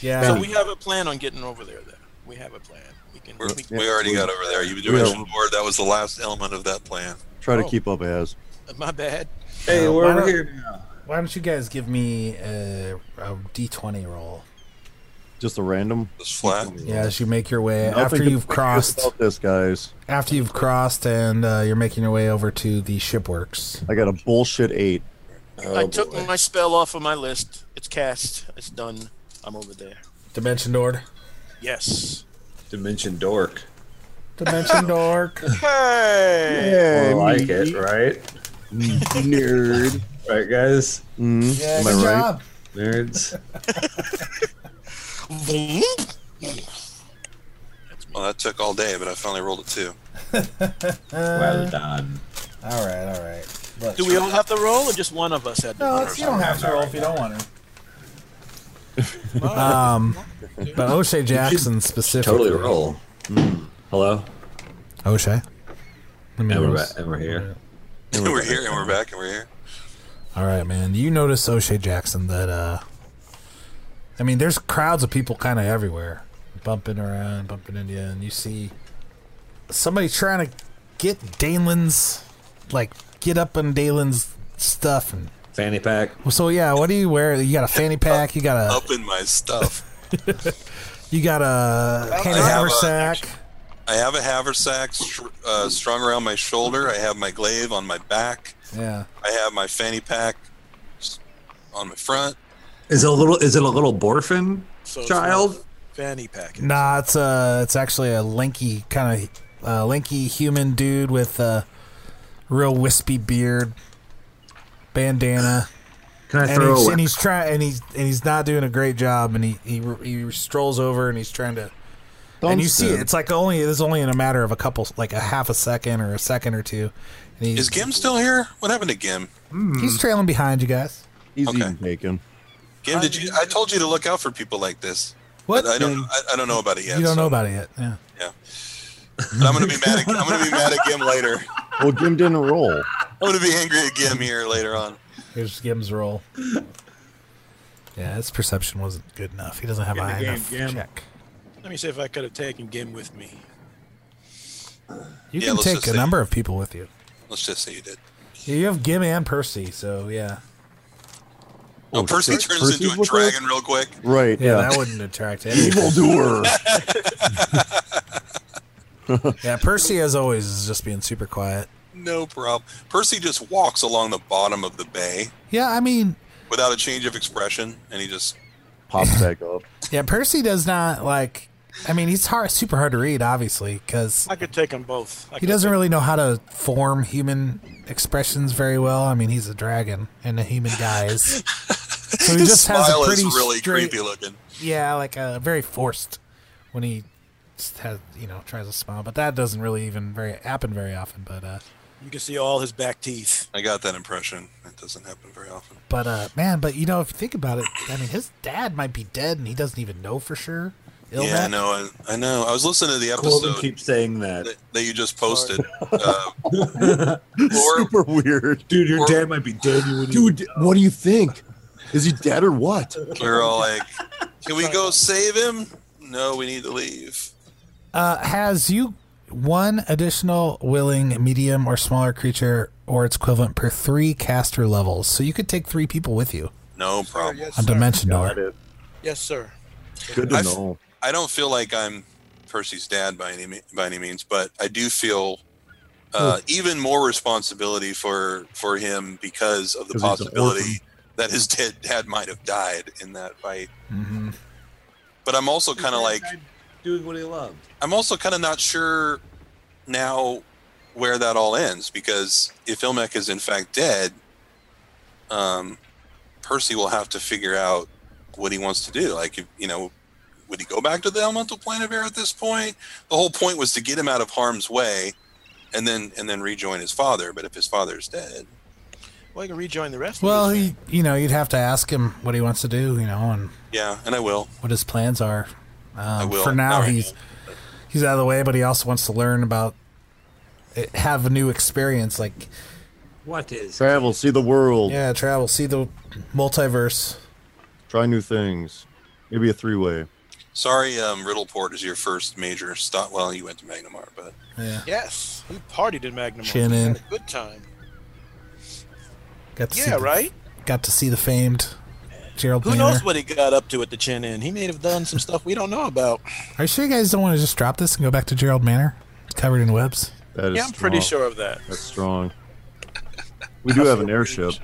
yeah. So we have a plan on getting over there, though. We have a plan. We can. We're, we can we already got over there. You dimension board. That was the last element of that plan. Try to Oh. keep up, Has. my bad. Hey, Uh, we're why over don't- here now. Why don't you guys give me a, a d20 roll? Just a random. Just flat. Yeah, as you make your way Nothing after to you've think crossed, about this, guys. after you've crossed, and uh, you're making your way over to the shipworks. I got a bullshit eight. Oh, I Oh, took my spell off of my list. It's cast. It's done. I'm over there. Dimension Dork. Yes. Dimension Dork. Dimension Dork. Hey. Yeah, I like it, right? Nerd. Right, guys? Mm, Yeah, am I right? good job. Uh, Nerds. Well, that took all day, but I finally rolled it too. well done. All right, all right. Look, Do we all have to roll, or just one of us had to? no, roll? it's, you don't have to roll if you don't want to. um, but O'Shea Jackson specifically. Totally roll. Mm. Hello? O'Shea. Let me And we're, roll. ba- and we're here. we're here and we're back and we're here. All right, man. You notice O'Shea Jackson that uh I mean, there's crowds of people kind of everywhere, bumping around, bumping into you, and you see somebody trying to get Dalen's like get up on Dalen's stuff and Fanny pack. so yeah, what do you wear? You got a fanny pack, you got Up in my stuff. a you got a I have a- haversack. I have a haversack str- uh, strung around my shoulder. I have my glaive on my back. Yeah. I have my fanny pack s- on my front. Is it a little is it a little Borfin So it's child? not fanny pack. Nah, it's uh it's actually a lanky kind of uh, lanky human dude with a real wispy beard, bandana, Can I and throw he's, a and he's trying and he's and he's not doing a great job, and he he, he strolls over and he's trying to. and you see, it. it's like only it's only in a matter of a couple, like a half a second or a second or two, and he's Is Gim still here? What happened to Gim? he's trailing behind you guys. He's Okay. eating bacon. Gim, did you? I told you to look out for people like this. What? But I don't. I, I don't know about it yet. you don't so- know about it yet. Yeah. Yeah. But I'm gonna be mad. At, I'm gonna be mad at Gim later. Well, Jim didn't roll. I'm gonna be angry at Gim here later on. Here's Gim's roll. Yeah, his perception wasn't good enough. He doesn't have a the high game, enough Gim. check. Let me see if I could have taken Gim with me. You Yeah, can let's take just a say- number of people with you. Let's just say you did. You have Gim and Percy, so yeah. Oh, Oh, Percy shit. turns Percy's into a with us? dragon real quick. Right. Yeah, Yeah. that wouldn't attract any. Evil doer. yeah, Percy, as always, is just being super quiet. No problem. Percy just walks along the bottom of the bay Yeah, I mean, without a change of expression, and he just Pops back up. yeah, Percy does not like. I mean, he's hard, super hard to read, obviously, because I could take them both. I he could doesn't take- really know how to form human expressions very well. I mean, he's a dragon and a human guy is. So he His just has smile a is pretty really straight, creepy looking. Yeah, like uh, very forced when he s- has you know tries to smile, but that doesn't really even very happen very often. But uh, You can see all his back teeth. I got that impression. It doesn't happen very often. but uh, man, but you know if you think about it, I mean his dad might be dead and he doesn't even know for sure. Yeah, I Ilmac? know. I, I know. I was listening to the Corbin episode keeps saying that. that, that you just posted. Uh, or, Super weird. Dude, your Or- dad might be dead. You wouldn't even- Dude, what do you think? Is he dead or what? we were all like, "Can we go save him?" No, we need to leave. Uh, has you one additional willing medium or smaller creature or its equivalent per three caster levels, so you could take three people with you No problem. Yes, on sir. Dimension Door. Yes, sir. Good to I've- know. I don't feel like I'm Percy's dad by any me- by any means, but I do feel uh, even more responsibility for for him because of the 'Cause he's an possibility that his dead dad might have died in that fight. Mm-hmm. But I'm also kind of like doing what he loved. I'm also kind of not sure now where that all ends because if Ilmek is in fact dead, um, Percy will have to figure out what he wants to do. Like, if, you know, would he go back to the elemental plane of air at this point? The whole point was to get him out of harm's way, and then and then rejoin his father. But if his father's dead, Well, you can rejoin the rest. Well, of his he, you know, you'd have to ask him what he wants to do, you know, and yeah, and I will. what his plans are. Um, I will. For now, All right. he's he's out of the way, but he also wants to learn about it, have a new experience, like What is? Travel, see the world, yeah, travel, see the multiverse. try new things. Maybe a three way. Sorry, um, Riddleport is your first major stop. Well, you went to Magnamar, but Yeah, Yes, we partied in Magnum. Shannon. Had a good time. got to see Yeah, the, right. Got to see the famed Gerald. Who Banner. knows what he got up to at the Chin Inn? He may have done some stuff we don't know about. Are you sure you guys don't want to just drop this and go back to Gerald Manor? It's covered in webs. That is Yeah, I'm pretty strong. sure of that. That's strong. We do have an airship.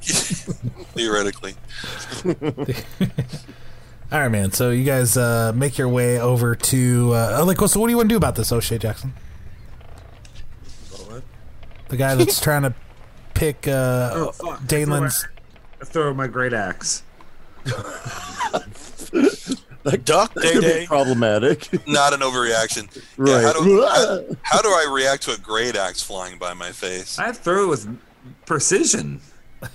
theoretically, All right, man. So you guys uh, make your way over to uh, like. So what do you want to do about this, O'Shea Jackson? The guy that's trying to pick uh, Oh, fuck. Dalen's. I throw my great axe. Duck Day Could be Day. problematic. not an overreaction. Yeah, right. how do- how- How do I react to a great axe flying by my face? I throw it with precision.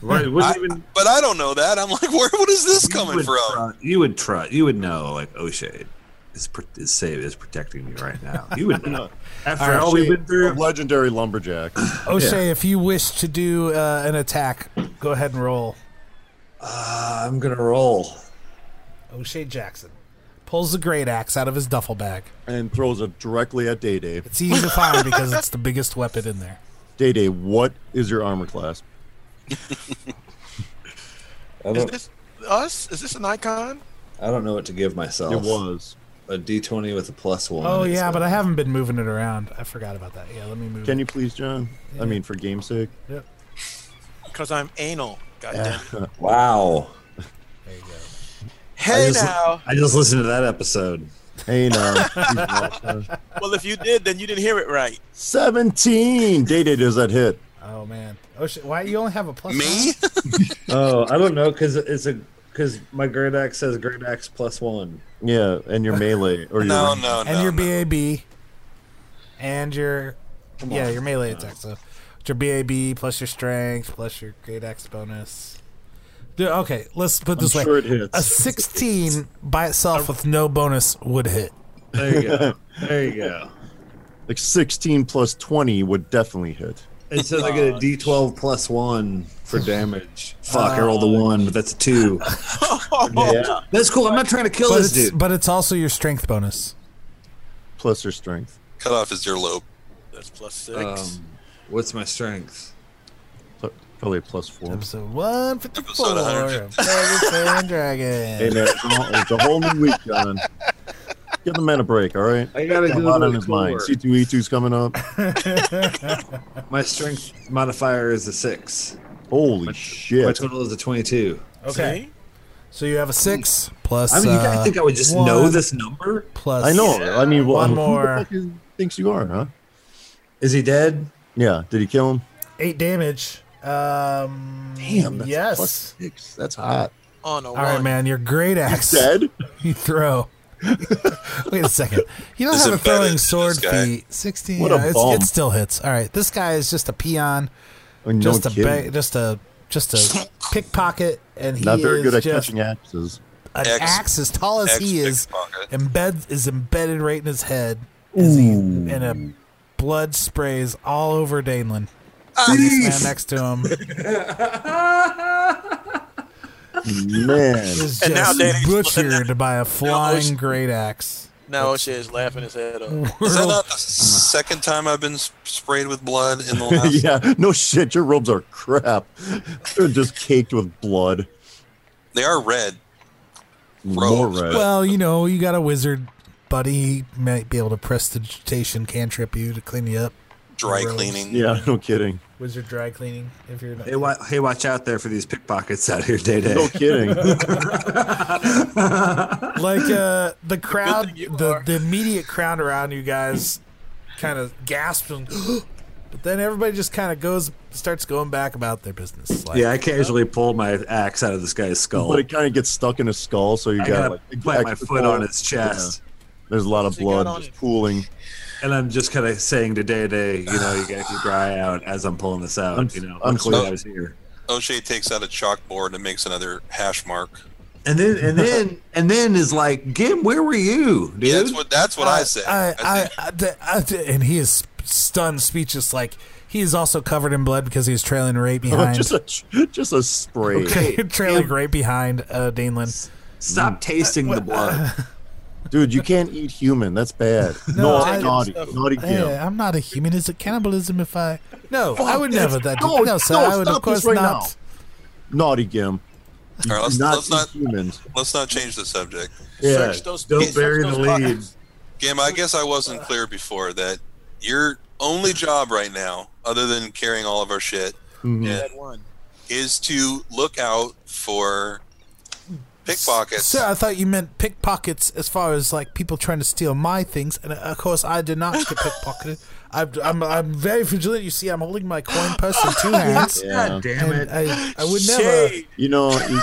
Right, it I- wouldn't even But I don't know that. I'm like, where? What is this you coming would from? tru- you would trust. You would know, like O'Shea is, pr- is save is protecting me right now. You would know. After all we've been A through, legendary lumberjack. O'Shea, if you wish to do uh, an attack, go ahead and roll. Uh, I'm gonna roll. O'Shea Jackson pulls the great axe out of his duffel bag. and throws it directly at Day Day. It's easy to find because it's the biggest weapon in there. Day Day, what is your armor class? I Is don't, this us? Is this an icon? I don't know what to give myself. Oh. It was. a D20 with a plus one. Oh It's yeah, a- but I haven't been moving it around. I forgot about that. Yeah, let me move. Can it. you please, John? I mean, for game's sake. Because I'm anal. God damn it. wow. Hey just- now. I just listened to that episode. Hey, now. Well, if you did, then you didn't hear it right. 17! Day Day, does that hit? Oh man, O'Shea, why you only have a plus? Me? one? Oh, I don't know because it's a because my great axe says great axe plus one. Yeah, and your melee. Or your No, no, and no. your no. BAB, and your yeah, your melee attack. So it's your BAB plus your strength plus your great axe bonus. Dude, okay, let's put it this sure way: it hits. a sixteen by itself with no bonus would hit. There you go. there you go. Like 16 plus 20 would definitely hit. It says I get a D12 plus one for damage. Fuck, I rolled a one, but that's a two. yeah. That's cool. I'm not trying to kill But this it's, dude. but it's also your strength bonus. Plus your strength. Cut off his earlobe. That's plus six. Um, what's my strength? Pl- Probably plus 4. Episode one fifty four Episode 100. of Dungeons and Dragons. Hey, man, it's a whole new week, John. Give the man a break, all right? I gotta Got a lot on his mind. C2E2's coming up. My strength modifier is a six. Holy My shit. total is a 22. Okay, so you have a six plus. I mean, you guys uh, think I would just know one this number? Plus, I know. I mean, well, One who more. the fuck is- thinks you are, huh? Is he dead? Yeah. Did he kill him? eight damage. Um, Damn, that's yes. plus six. That's hot. On a All right, one. man, your great axe. Dead. You throw. Wait a second. You don't This have a is better throwing than sword this guy. feat. Sixteen. What a yeah, it's- bum. It still hits. All right, this guy is just a peon, I mean, just Oh, no a kidding. ba- just a just a pickpocket, and he Not very is good at just catching axes. an Ex- axe as tall as he is. Ex-pickpocket. Embed is embedded right in his head, as he, and a Mm. blood sprays all over Danelin. Ah. This man next to him Man, is And now just Danny's- butchered by a flying Ocean- great axe. Now O'Shea is laughing his head off. Is that not the second time I've been s- sprayed with blood in the last? yeah, no shit. Your robes are crap. They're just caked with blood. They are red. More Robes. Uh. red. Well, you know, you got a wizard buddy. He might be able to prestidigitation cantrip you to clean you up. Dry Robes. cleaning. yeah, no kidding. Wizard dry cleaning, if you're not. Hey, wa- hey, watch out there for these pickpockets out here, Day Day. No kidding. Like uh, the crowd, thing you the, are. the immediate crowd around you guys kind of gasps and. But then everybody just kind of goes, starts going back about their business. Like, Yeah, I occasionally pull my axe out of this guy's skull. but it kind of gets stuck in his skull, so you I got gotta like big plant my extra foot ball. on his chest, There's a lot of he got blood on just it? pooling. and I'm just kind of saying to Day Day, you know, you gotta keep your eye out as I'm pulling this out. I'm- you know, I'm luckily so- I was here. O'Shea takes out a chalkboard and makes another hash mark. And then, and then, and then is like, Gim, where were you, dude? Yeah, that's what that's what I said. I, I I, said, I, the- I, the- and he is stunned, speechless. Like he is also covered in blood because he's trailing right behind, Oh, just a just a spray. trailing right behind uh, Danelin. Stop tasting the blood. Dude, you can't eat human. That's bad. No, I- naughty, naughty Hey, Gim. I'm not a human. Is it cannibalism if I? No, I would never. That no, no, sir. no, I would stop of course this right not. now. Naughty Gim. all right, let's, not let's eat not humans. let's not change the subject. Search those- don't search bury the those lead. pockets. Gim, I guess I wasn't clear before that your only job right now, other than carrying all of our shit, That one. is to look out for pickpockets. Sir, I thought you meant pickpockets as far as like people trying to steal my things, and uh, of course I did not get pickpocketed. I'm, I'm, I'm very vigilant. You see, I'm holding my coin purse in two hands. Yeah. Damn And it! I, I would never. Shay, You know, he,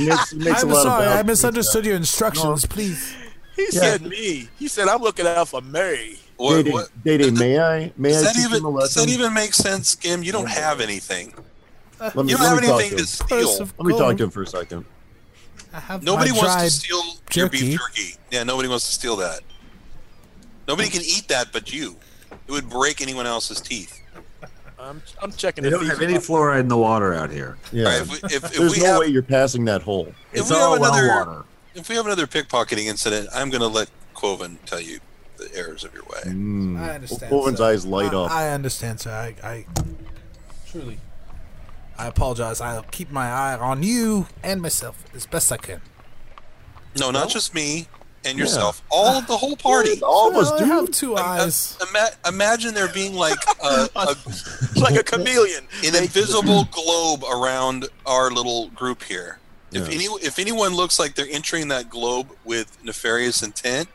he makes, he makes a I'm lot sorry, of I bad- misunderstood your instructions. Please, he said me. He said I'm looking out for Mary. What- Day-Day, what- Day-Day, may I? May does I that teach even him a does that lesson? even make sense, Gim? You don't have anything. let me, You don't let have me talk anything to him. purse steal. of Let me gold. talk to him for a second. I have Nobody my wants dried- to steal your beef jerky. jerky. Yeah, nobody wants to steal that. Nobody can eat that but you. It would break anyone else's teeth. I'm, I'm checking. They the don't have thieves' any pockets. fluoride in the water out here. Yeah. All right, if we, if, if There's we no have way you're passing that hole. If It's we all have well another- water. if we have another pickpocketing incident, I'm going to let Quoven tell you the errors of your way. Mm. I understand. Owen's sir. eyes light I, up. I understand, sir. I, I truly, I apologize. I'll keep my eye on you and myself as best I can. No, not just me and yourself. All of the whole party. All of us, Well, I dude. have two eyes. Ima- imagine there being like a, a, like a chameleon. an invisible globe around our little group here. If Yeah. any if anyone looks like they're entering that globe with nefarious intent,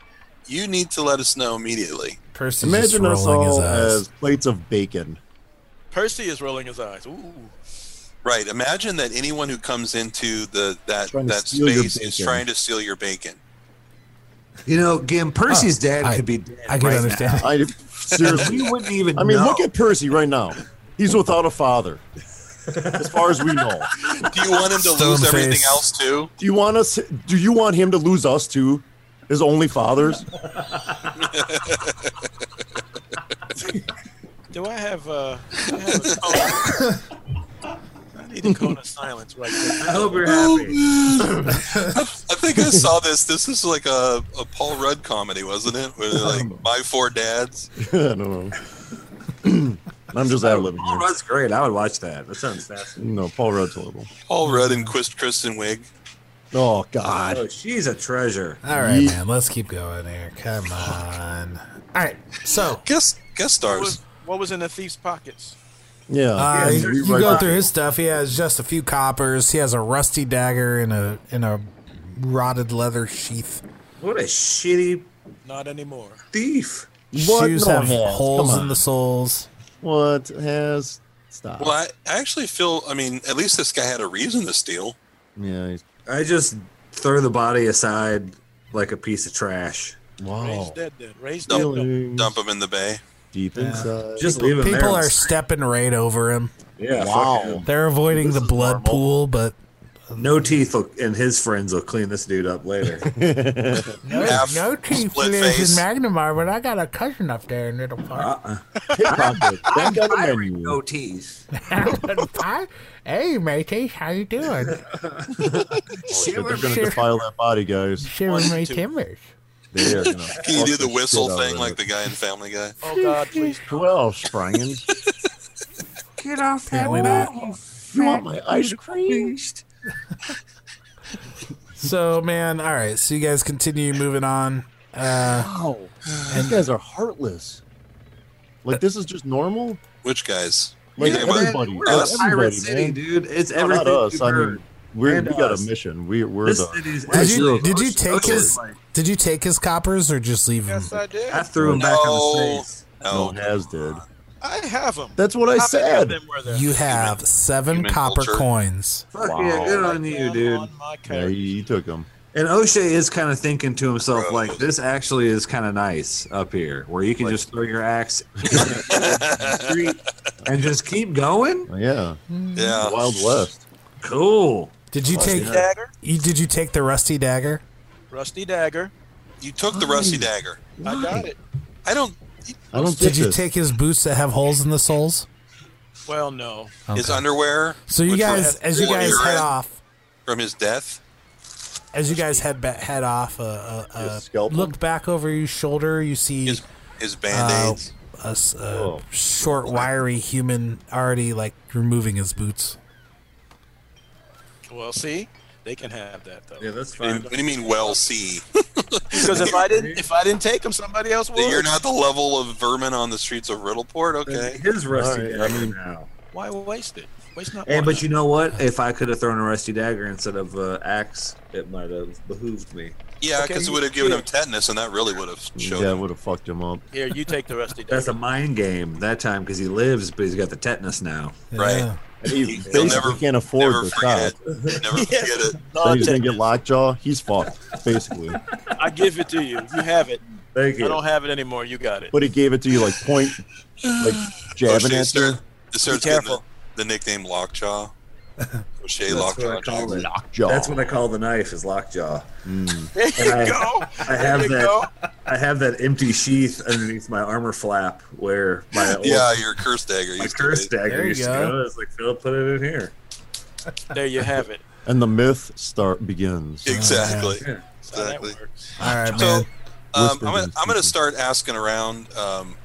you need to let us know immediately. Percy's just Imagine us rolling his all eyes. as plates of bacon. Percy is rolling his eyes. Ooh. Right. Imagine that anyone who comes into the that Trying to that steal your space is bacon. trying to steal your bacon. You know, Gim, Percy's dad I- could be dead. I can right understand. I now. seriously. We wouldn't even. I mean, know. look at Percy right now. He's without a father, as far as we know. Do you want him to Stone lose everything face. else too? Do you want us? Do you want him to lose us too? His only fathers? Do I have? Uh, do I, have a I need a cone of silence right I there. hope you're happy. I think I saw this. This is like a, a Paul Rudd comedy, wasn't it? Where they're Um, like my four dads. I don't know. I'm just ad libbing Oh, here. that's great. I would watch that. That sounds fascinating. No, Paul Rudd's horrible. Paul Rudd and Quist Kristen Wiig. Oh God. Oh, she's a treasure. all right, Ye- man. Let's keep going here. Come on. All right. So Guest guest What stars. was, what was in the thieves' pockets? Yeah. Uh, Yeah, you- there's- you right go back. through his stuff. He has just a few coppers. He has a rusty dagger and a and a rotted leather sheath. What a shitty Not anymore. thief. What? Shoes No have hands. holes Come in on. the soles. What has Stop. Well, I I actually feel. I mean, at least this guy had a reason to steal. yeah. He's, I just throw the body aside like a piece of trash. Ray's wow. dead then. Ray's dead. Dump, Feelings dump him in the bay. Deep Yeah. inside. Just leave him People, there. people are stepping right over him. yeah. Wow. fuck him. They're avoiding This the is blood normal. pool, but No teeth will, and his friends will clean this dude up later. no, Half no chief split lives in face. Uh. Magnemar, but I got a cousin up there in Little Park. uh-uh. Pickpocket. That got a menu. No teeth. hey, matey, how you doing? They're Shiver, going to defile that body, guys. shiver my two. timbers. They are gonna Can you fuck do the shit whistle out thing of like it. the guy in Family Guy? Oh God, please. Well, Sprangen, Apparently not. you want my ice cream? So, man, all right. So you guys continue moving on. Uh, Wow, these guys are heartless. Like this is just normal. Which guys? Like Yeah, but- everybody, We're a Us. pirate everybody, city, man. dude. It's No, everything. Not us. you've I heard. mean, we're, And we got a us. mission. We we're This the city's did you actually- did you take actually, his like, did you take his coppers or just leave him? Yes, I did. I threw him back on No. the stage. no No. one has did. I have them. That's what I How many of said. them were there? You have seven human copper culture. coins. Fuck yeah, good on you, Down dude. on my Yeah, character. he, he took them. And O'Shea is kind of thinking to himself, Bro. like, this actually is kind of nice up here, where you can just throw your axe street and just keep going. Yeah, Hmm. Yeah. Wild West. Cool. Did you take Dagger, you, did you take the rusty dagger? rusty dagger. You took the rusty dagger. I got it. I don't. I don't get Did you this. take his boots that have holes in the soles? Well, no. His underwear. So you which guys, were as you full of guys head urine off, from his death. as you guys head ba- head off, uh, uh, uh, scalpel? look back over your shoulder. You see His Oh. his band aids. a s- a short, wiry human already like removing his boots. Well, see, they can have that though. that's what do you mean? Well, see, Because if I didn't, if I didn't take them, somebody else would. That you're not the level of vermin on the streets of Riddleport. Okay. His rusty All right, I dagger mean- now. Why waste it? Waste not. Hey, one. but you know what? If I could have thrown a rusty dagger instead of an axe, it might have behooved me. Yeah, Okay, because it you- would have given him tetanus, and that really would have showed. Yeah, him. would have fucked him up. here, you take the rusty dagger. That's a mind game that time because he lives, but he's got the tetanus now. Right. Yeah. And he He'll basically never- can't afford never the forget shot. it. Never forget it. So he's gonna get lockjaw. He's fucked, basically. I give it to you. You have it. Thank I don't have it anymore. You got it. But he gave it to you like point, like jabbing Oh, O'Shea at you. start, Oh, it starts getting the, careful. the nickname Lockjaw. O'Shea That's what Lockjaw. I call Jackson. it. Lockjaw. That's what I call the knife is lockjaw. There you I- go. I have There you that. go. I have that empty sheath underneath my armor flap where my old, Yeah, your curse dagger. my used to curse be. dagger There you used go. to go. It's like Phil put it in here. There you have it. And the myth start begins. Exactly. Yeah. Now that Exactly. works. All right, So, man. um, I'm Whisper gonna this I'm secret. gonna start asking around. Um,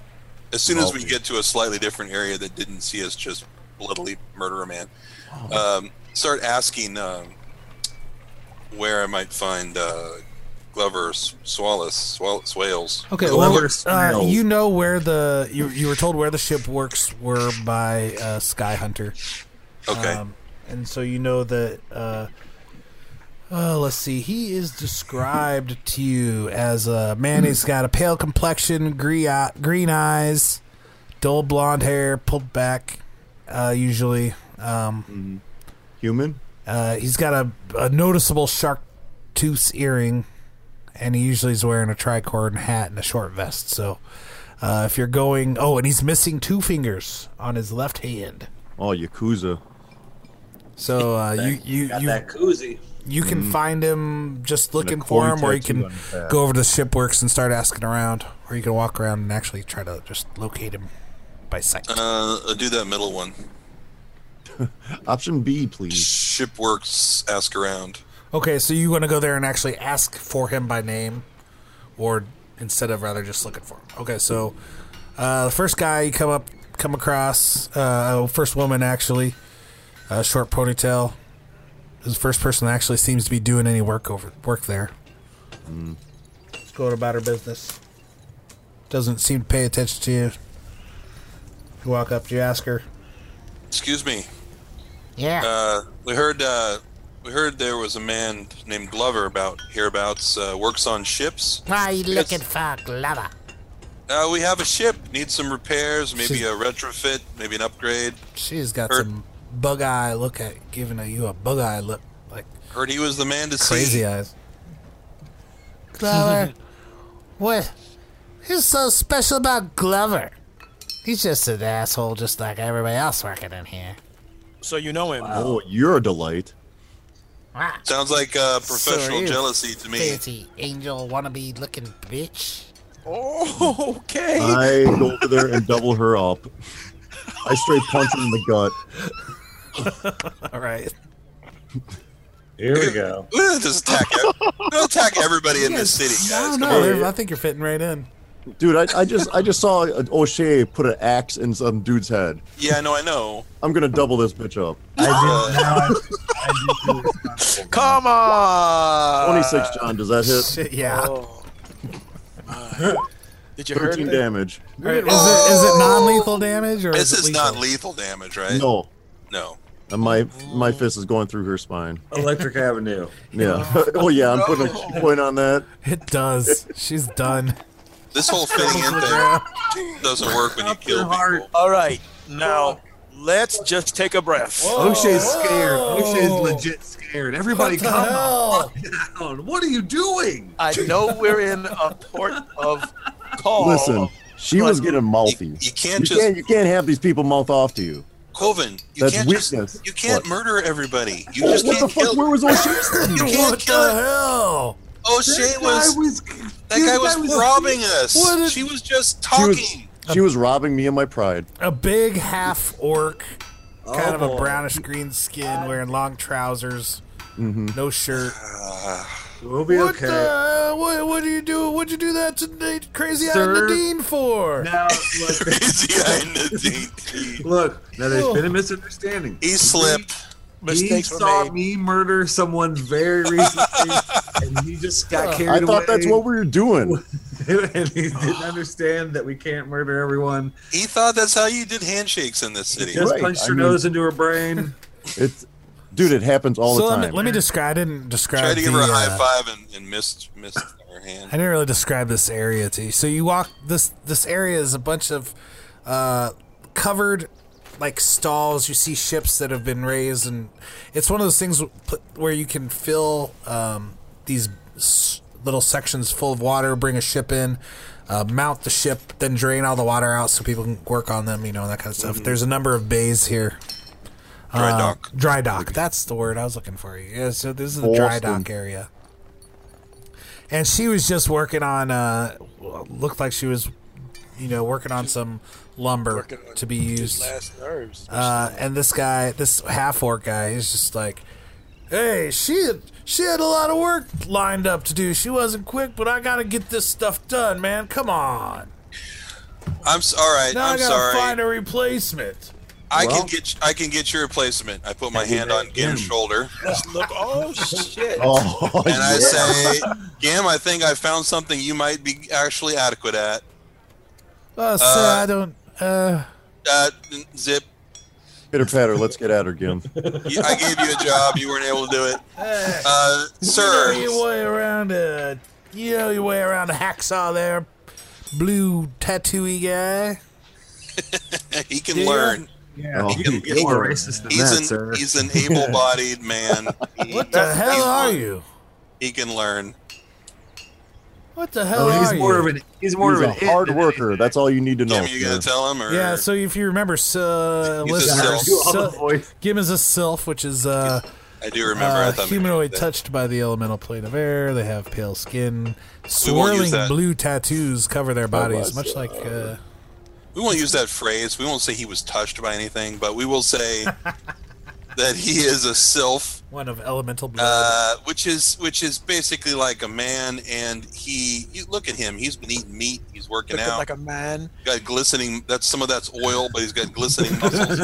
as soon as we Oh. get to a slightly different area that didn't see us just bloodily murder a man, um, start asking um, where I might find uh, Glover S- Swalis Swal- Swales. Okay, Whoever well, uh, smells. you know where the you, you were told where the ship works were by uh, Sky Hunter. Okay, Um, and so you know that. Uh, uh, let's see. He is described to you as a man who's got a pale complexion, green, eye, green eyes, dull blonde hair, pulled back, uh, usually. Um, Human. uh, he's got a, a noticeable shark tooth earring, and he usually is wearing a tricorn hat and a short vest. So uh, if you're going. Oh, and he's missing two fingers on his left hand. Oh, Yakuza. So uh, you you Got you that koozie. You can find him just looking Mm. a for koi him, or you tattoo can on his back. go over to the shipworks and start asking around, or you can walk around and actually try to just locate him by sight. uh, I'll do that middle one. Option B, please. Shipworks ask around. okay, so you want to go there and actually ask for him by name, or instead of rather just looking for him. Okay, so uh, the first guy you come up, come across, uh, first woman actually, uh, short ponytail, is the first person that actually seems to be doing any work over work there. Let's go about her business. Doesn't seem to pay attention to you. You walk up, you ask her. Excuse me. Yeah. Uh, we heard uh, we heard there was a man named Glover about hereabouts uh, works on ships. Why are you Yes. looking for, Glover? Uh, we have a ship. Needs some repairs, maybe a retrofit, maybe an upgrade. She's got Her- some bug eye look at giving you a bug eye look, like Heard he was the man to crazy see. eyes. Glover, what? Who's so special about Glover? He's just an asshole, just like everybody else working in here. So you know him. Oh, you're a delight. Ah, Sounds like uh, professional Sure is. jealousy to me. Fancy angel wannabe looking bitch. Oh, okay. I go over there and double her up. I straight punch him in the gut. All right. Here we go. We'll just attack. ev- we'll attack everybody in this city, I guys. don't know. Come on. Liv, I think you're fitting right in. Dude, I, I just I just saw an O'Shea put an axe in some dude's head. Yeah, I know. I know. I'm gonna double this bitch up. Uh, Come on. 26, John. Does that hit? Shit, yeah. Oh. Did you hear 13 it? damage. All right, is it is it non-lethal damage or oh. this is, is it not lethal damage, right? No, No. and my my fist is going through her spine. Electric Avenue. Yeah. oh yeah, I'm putting a point on that. It does. She's done. This whole fitting in thing doesn't work when you kill people. All right. Now, let's just take a breath. O'Shea's Oh. scared. O'Shea's legit scared. Everybody, What the calm hell? the fuck down. What are you doing? I know we're in a port of call. Listen, she was getting You, mouthy. you You can't just can't you can't have these people mouth off to you. Coven. You That's can't weakness. Just, you can't What? murder everybody. You Oh, just what the can't fuck? kill. Where was O'Shea? you What can't the kill. it. hell? O'Shea was that this guy was robbing us. What a- she was just She talking. was, she was robbing me of my pride. A big half orc, Oh, kind of a brownish green skin, wearing long trousers, Mm-hmm. no shirt. We'll be What okay. the? hell? What, what do you do? What'd you do that to Crazy Eyed Sir? Nadine for? Now, look, Crazy eye in the deep. look, now there's been a misunderstanding. He slipped. Mistakes he were saw made. me murder someone very recently, and he just got carried I thought that's what away, we were doing. and he didn't understand that we can't murder everyone. He thought that's how you did handshakes in this city. Just Right, punched I her mean- nose into her brain. It's, dude, it happens all so the let, time. me, let me describe. I didn't describe. Tried to give the, her a uh, high five and, and missed missed her hand. I didn't really describe this area to you. So you walk this this area is a bunch of uh, covered like stalls. You see ships that have been raised, and it's one of those things w- put- where you can fill um, these s- little sections full of water, bring a ship in. Uh, mount the ship, then drain all the water out so people can work on them, you know, that kind of stuff. There's a number of bays here. Dry Uh, dock. Dry dock. That's the word I was looking for. Yeah, so this is the dry Boston. dock area. And she was just working on uh looked like she was you know, working on some lumber to be used. Last nerves. Ah. Uh, and this guy, this half orc guy, is just like, "Hey, she had, she had a lot of work lined up to do. She wasn't quick, but I gotta get this stuff done, man. Come on. I'm s- all right. Now I I'm gotta sorry. find a replacement." I can get I can get your replacement. I put my hand on Gim's shoulder Just look. Oh shit. oh, and I say, Gim, I think I found something you might be actually adequate at. Uh, sir, Uh, I don't. Uh, Uh, n- zip. pitter patter. Let's get at her, Gim. You- I gave you a job. You weren't able to do it, uh, You know sir. your way around a, you know your way around a hacksaw there, blue tattooy guy. He can learn. Yeah, Oh, you can get more racist than that, He's sir. an he's an able-bodied man. He, What the hell he's- are you? He can learn. What the hell Oh, are he's you? more of an he's more He's of a an it hard than worker. anything. That's all you need to know. Gim, you gonna tell him or Yeah, so if you remember, uh, He's a listeners, sylph. All the so- voice- Gim is a sylph, which is uh, I do remember. uh, I thought maybe humanoid that- touched by the elemental plane of air. They have pale skin. We won't Swirling use that. Oh blue tattoos cover their bodies, much like. Uh, We won't use that phrase. We won't say he was touched by anything, but we will say that he is a sylph, one of elemental blood. uh, which is which is basically like a man. And he, you look at him. He's been eating meat. He's working Looking out. like a man. got glistening. That's some of that's oil, but he's got glistening muscles.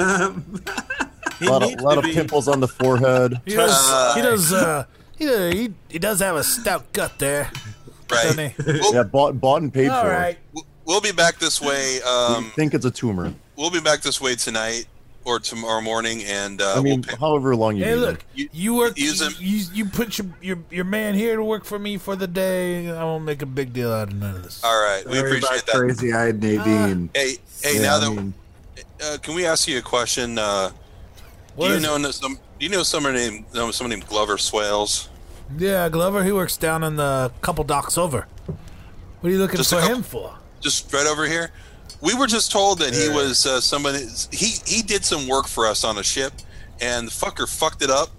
A lot of, lot of pimples on the forehead. he does. He does. Uh, he, does he, he does have a stout gut there, Right. doesn't he? Yeah, We'll, bought, bought and paid All for. right. we'll be back this way. You Um, think it's a tumor. we'll be back this way tonight. or tomorrow morning, and uh, I we'll mean, pay- however long you Hey, need look, You- you work. use You, him. you, you put your, your your man here to work for me for the day. I won't make a big deal out of none of this. all right, we Sorry about appreciate that. Crazy eyed Nadine. Uh, Hey, hey, Yeah, now I that mean, uh, can we ask you a question? Uh, do What you is know no- some? Do you know someone named no, someone named Glover Swales? it? Yeah, Glover. He works down in the couple docks over. What are you looking Just a for couple- him for? Just right over here. We were just told that he was uh, somebody. He he did some work for us on a ship, and the fucker fucked it up.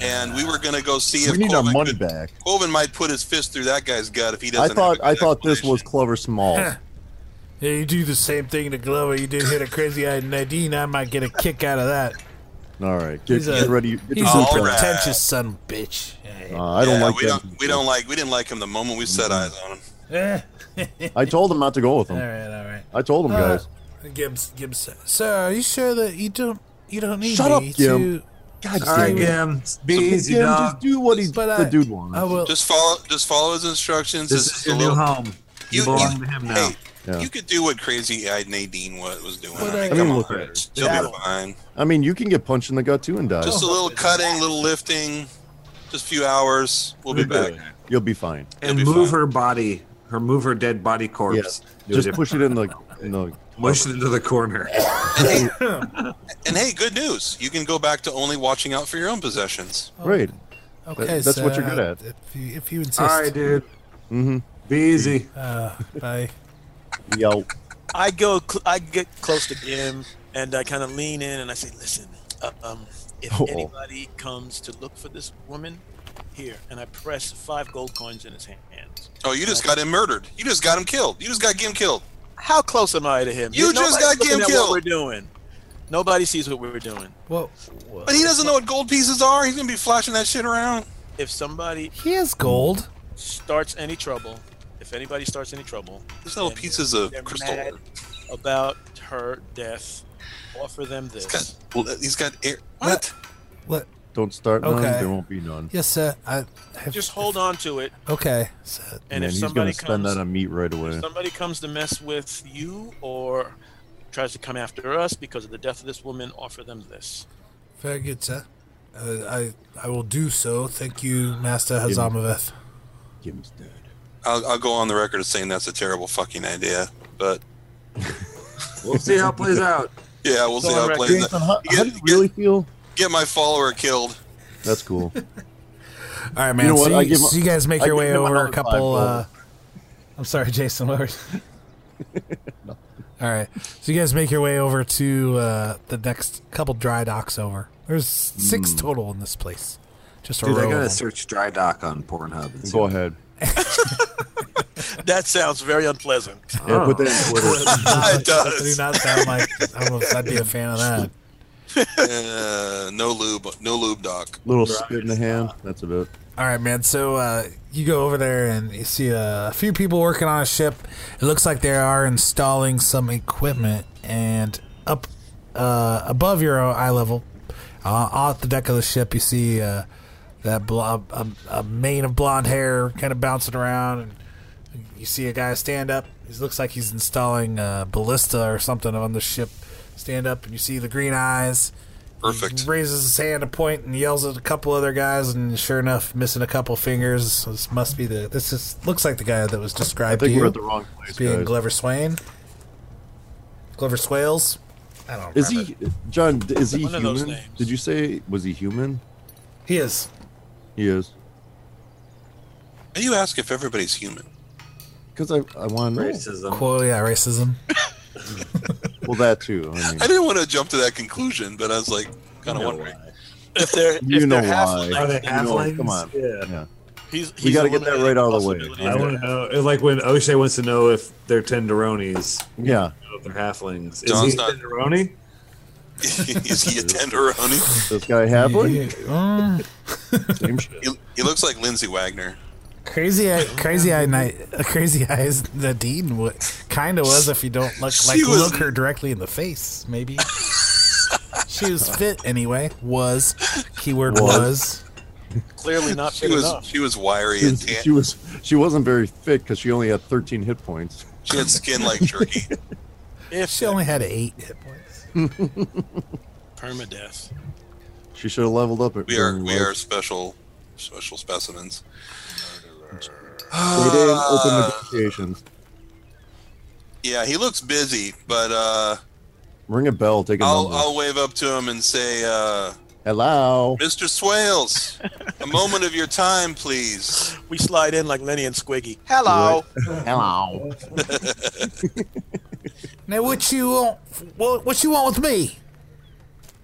And we were gonna go see We if need our Colvin money could- back. Colvin might put his fist through that guy's gut if he I doesn't. thought have a I good thought this was explanation. Clever Small. Yeah, you do the same thing to Glover. You did hit a crazy eyed Nadine. I might get a kick out of that. All right, get, He's a- get ready. Get He's your a All boots right. pretentious son of a bitch. on. Uh, I don't Yeah, like we that. Mm-hmm. Don't, we don't like. We didn't like him the moment we set eyes on him. Eh. I told him not to go with him. all right, all right. I told him, Uh, guys. Gibbs, Gibbs, sir, are you sure that you don't you don't need Shut me up, Gib. to? God All right, damn it. Gim. um, Be easy, Jim, dog. Just do what he's, But the I- dude wants. I will. Just follow. Just follow his instructions. This It's is a your new little- home. You, You- belong you- to him now. Hey, Yeah. you could do what crazy eyed Nadine was, was doing. But I I- mean, I come mean, on. look at it. She'll be fine. I mean, you can get punched in the gut too and die. Just a little cutting, little lifting, just a few hours. We'll be back. You'll be fine. And You'll be move fine. her body, her move her dead body corpse. Yes. Do a Just different- push it in the. In the Push it into the corner. And hey, good news. You can go back to only watching out for your own possessions. Great. Okay, that's what sir, you're good at. If you, if you insist. All right, dude. Mm-hmm. Be easy. Uh, bye. Yo. I go, cl- I get close to Gim, and I kind of lean in and I say, "Listen, uh, um, if Uh-oh. anybody comes to look for this woman, here." And I press five gold coins in his hands. Oh, you just got him murdered. You just got him killed. You just got Gim killed. How close am I to him? You just Nobody's got looking Gim at killed. What we're doing. Nobody sees what we're doing. Well, well, But he doesn't know what gold pieces are. He's gonna be flashing that shit around. If somebody he has gold. starts any trouble, if anybody starts any trouble There's little And pieces of they're crystal. mad. about her death, offer them this. He's got, well, he's got air. What? What? Don't start none. Okay. There won't be none. Yes, sir. I have, Just hold on to it, Okay. sir. and Man, if he's somebody gonna spend comes, that on meat right away. if somebody comes to mess with you or tries to come after us because of the death of this woman, offer them this. Very good, sir. Uh, I I will do so. Thank you, Master Hazamaveth. Gim's dead. I'll, I'll go on the record as saying that's a terrible fucking idea. But We'll see how it plays out. yeah, we'll see on how it record. plays out. Ethan, how, You how do get- you really feel? Get my follower killed. That's cool. All right, man. know what? so, I you, give him- so you guys make I your give way him over another a five couple. gold. Uh, I'm sorry, Jason. What were- All right. So you guys make your way over to uh, the next couple dry docks over. There's six Hmm. total in this place. Just a Dude, row I of gotta them. search dry dock on Pornhub. And see Go ahead. That sounds very unpleasant. Yeah, put that in Twitter. it I do does. not sound like I don't know if I'd be a fan of that. Uh, no lube. No lube doc. Little spit in the hand. That's about it. All right, man. So uh, you go over there and you see a few people working on a ship. It looks like they are installing some equipment, and up uh, above your eye level, uh, off the deck of the ship, you see uh, that blo- a, a mane of blonde hair kind of bouncing around, and you see a guy stand up. He looks like he's installing a ballista or something on the ship. Stand up, and you see the green eyes. Perfect. He raises his hand to point and yells at a couple other guys, and sure enough, missing a couple fingers. This must be the. This is looks like the guy that was I described to think you we're at the wrong place, being guys. Glover Swain. Glover Swales. I don't. Is remember. he John? Is he One of those human? names. Did you say was he human? He is. He is. And you ask if everybody's human. Because I, I want to know. Racism. Cool. Yeah. Racism. Well, that too. I mean, I didn't want to jump to that conclusion, but I was like, kind of wondering. If they're you if know they're half, why. Are they You know, halflings? come on. Yeah. he's, he's We got to get that right eliminated out of the way. possibility I of want that. to know, it's like when O'Shea wants to know if they're tenderonis, Yeah. you know, if they're halflings. Is John's he not- a tenderoni? Is he a tenderoni? This guy Hadley? Mm, Same shit. He, he looks like Lindsay Wagner. crazy. Eye, crazy eye night. Crazy eyes. Nadine. What kind of was if you don't look like She was- look her directly in the face. Maybe. she was fit anyway. Was keyword was. Clearly not She big was enough. she was wiry She and was, tan. she was she wasn't very fit because she only had 13 hit points. She had skin like jerky. If She only had eight hit points. Permadeath. She should have leveled up. It We are we are special special specimens. They didn't open negotiations. Yeah, he looks busy, but uh, Ring a bell. Take a I'll number. I'll wave up to him and say, uh, Hello. "Mr. Swales, a moment of your time, please." We slide in like Lenny and Squiggy. Hello. Hello. Now what you want? What, what you want with me?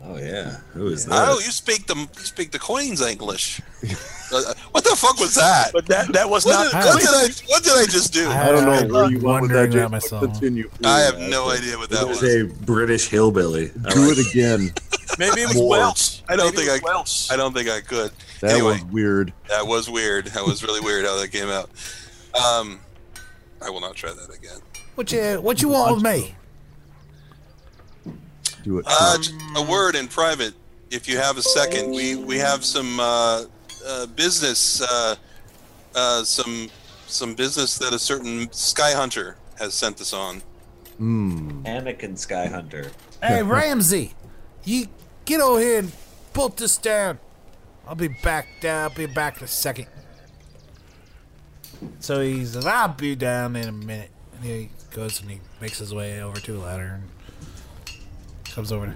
Oh yeah, who is that? Oh, you speak the you speak the Queen's English. Uh, what the fuck was that? But that that was What not. did, what did I what did I just do? I don't know where I'm you went with that. wondering James, but about myself. Continue. I have no idea what that It was was. a British hillbilly. All Do right. it again. Maybe it was More. Welsh. I don't Maybe think it was I don't think I could. That anyway, was weird. that was weird. That was really weird how that came out. Um, I will not try that again. What you What you want with me? Do it. Uh, j- a word in private, if you have a second. We we have some uh, uh, business, uh, uh, some some business that a certain sky hunter has sent us on. Mm. Anakin Skyhunter. Hey Ramsey, you get over here and put this down. I'll be back down. I'll be back in a second. So he says, "I'll be down in a minute." And he goes and he makes his way over to a ladder and comes over. To,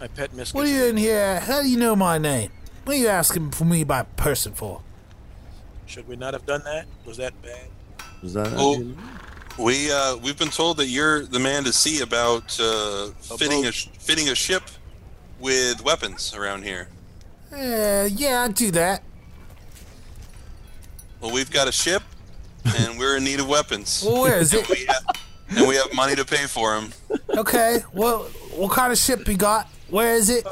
My pet miss. what are you in here? How do you know my name? What are you asking for me by person for? Should we not have done that? Was that bad? Is that Oh, we uh, we've been told that you're the man to see about uh, fitting a sh- fitting a ship with weapons around here. Uh, yeah, I do that. Well, we've got a ship, and we're in need of weapons, Well, where is it? and we have, and we have money to pay for them. Okay. What what kind of ship you got? Where is it?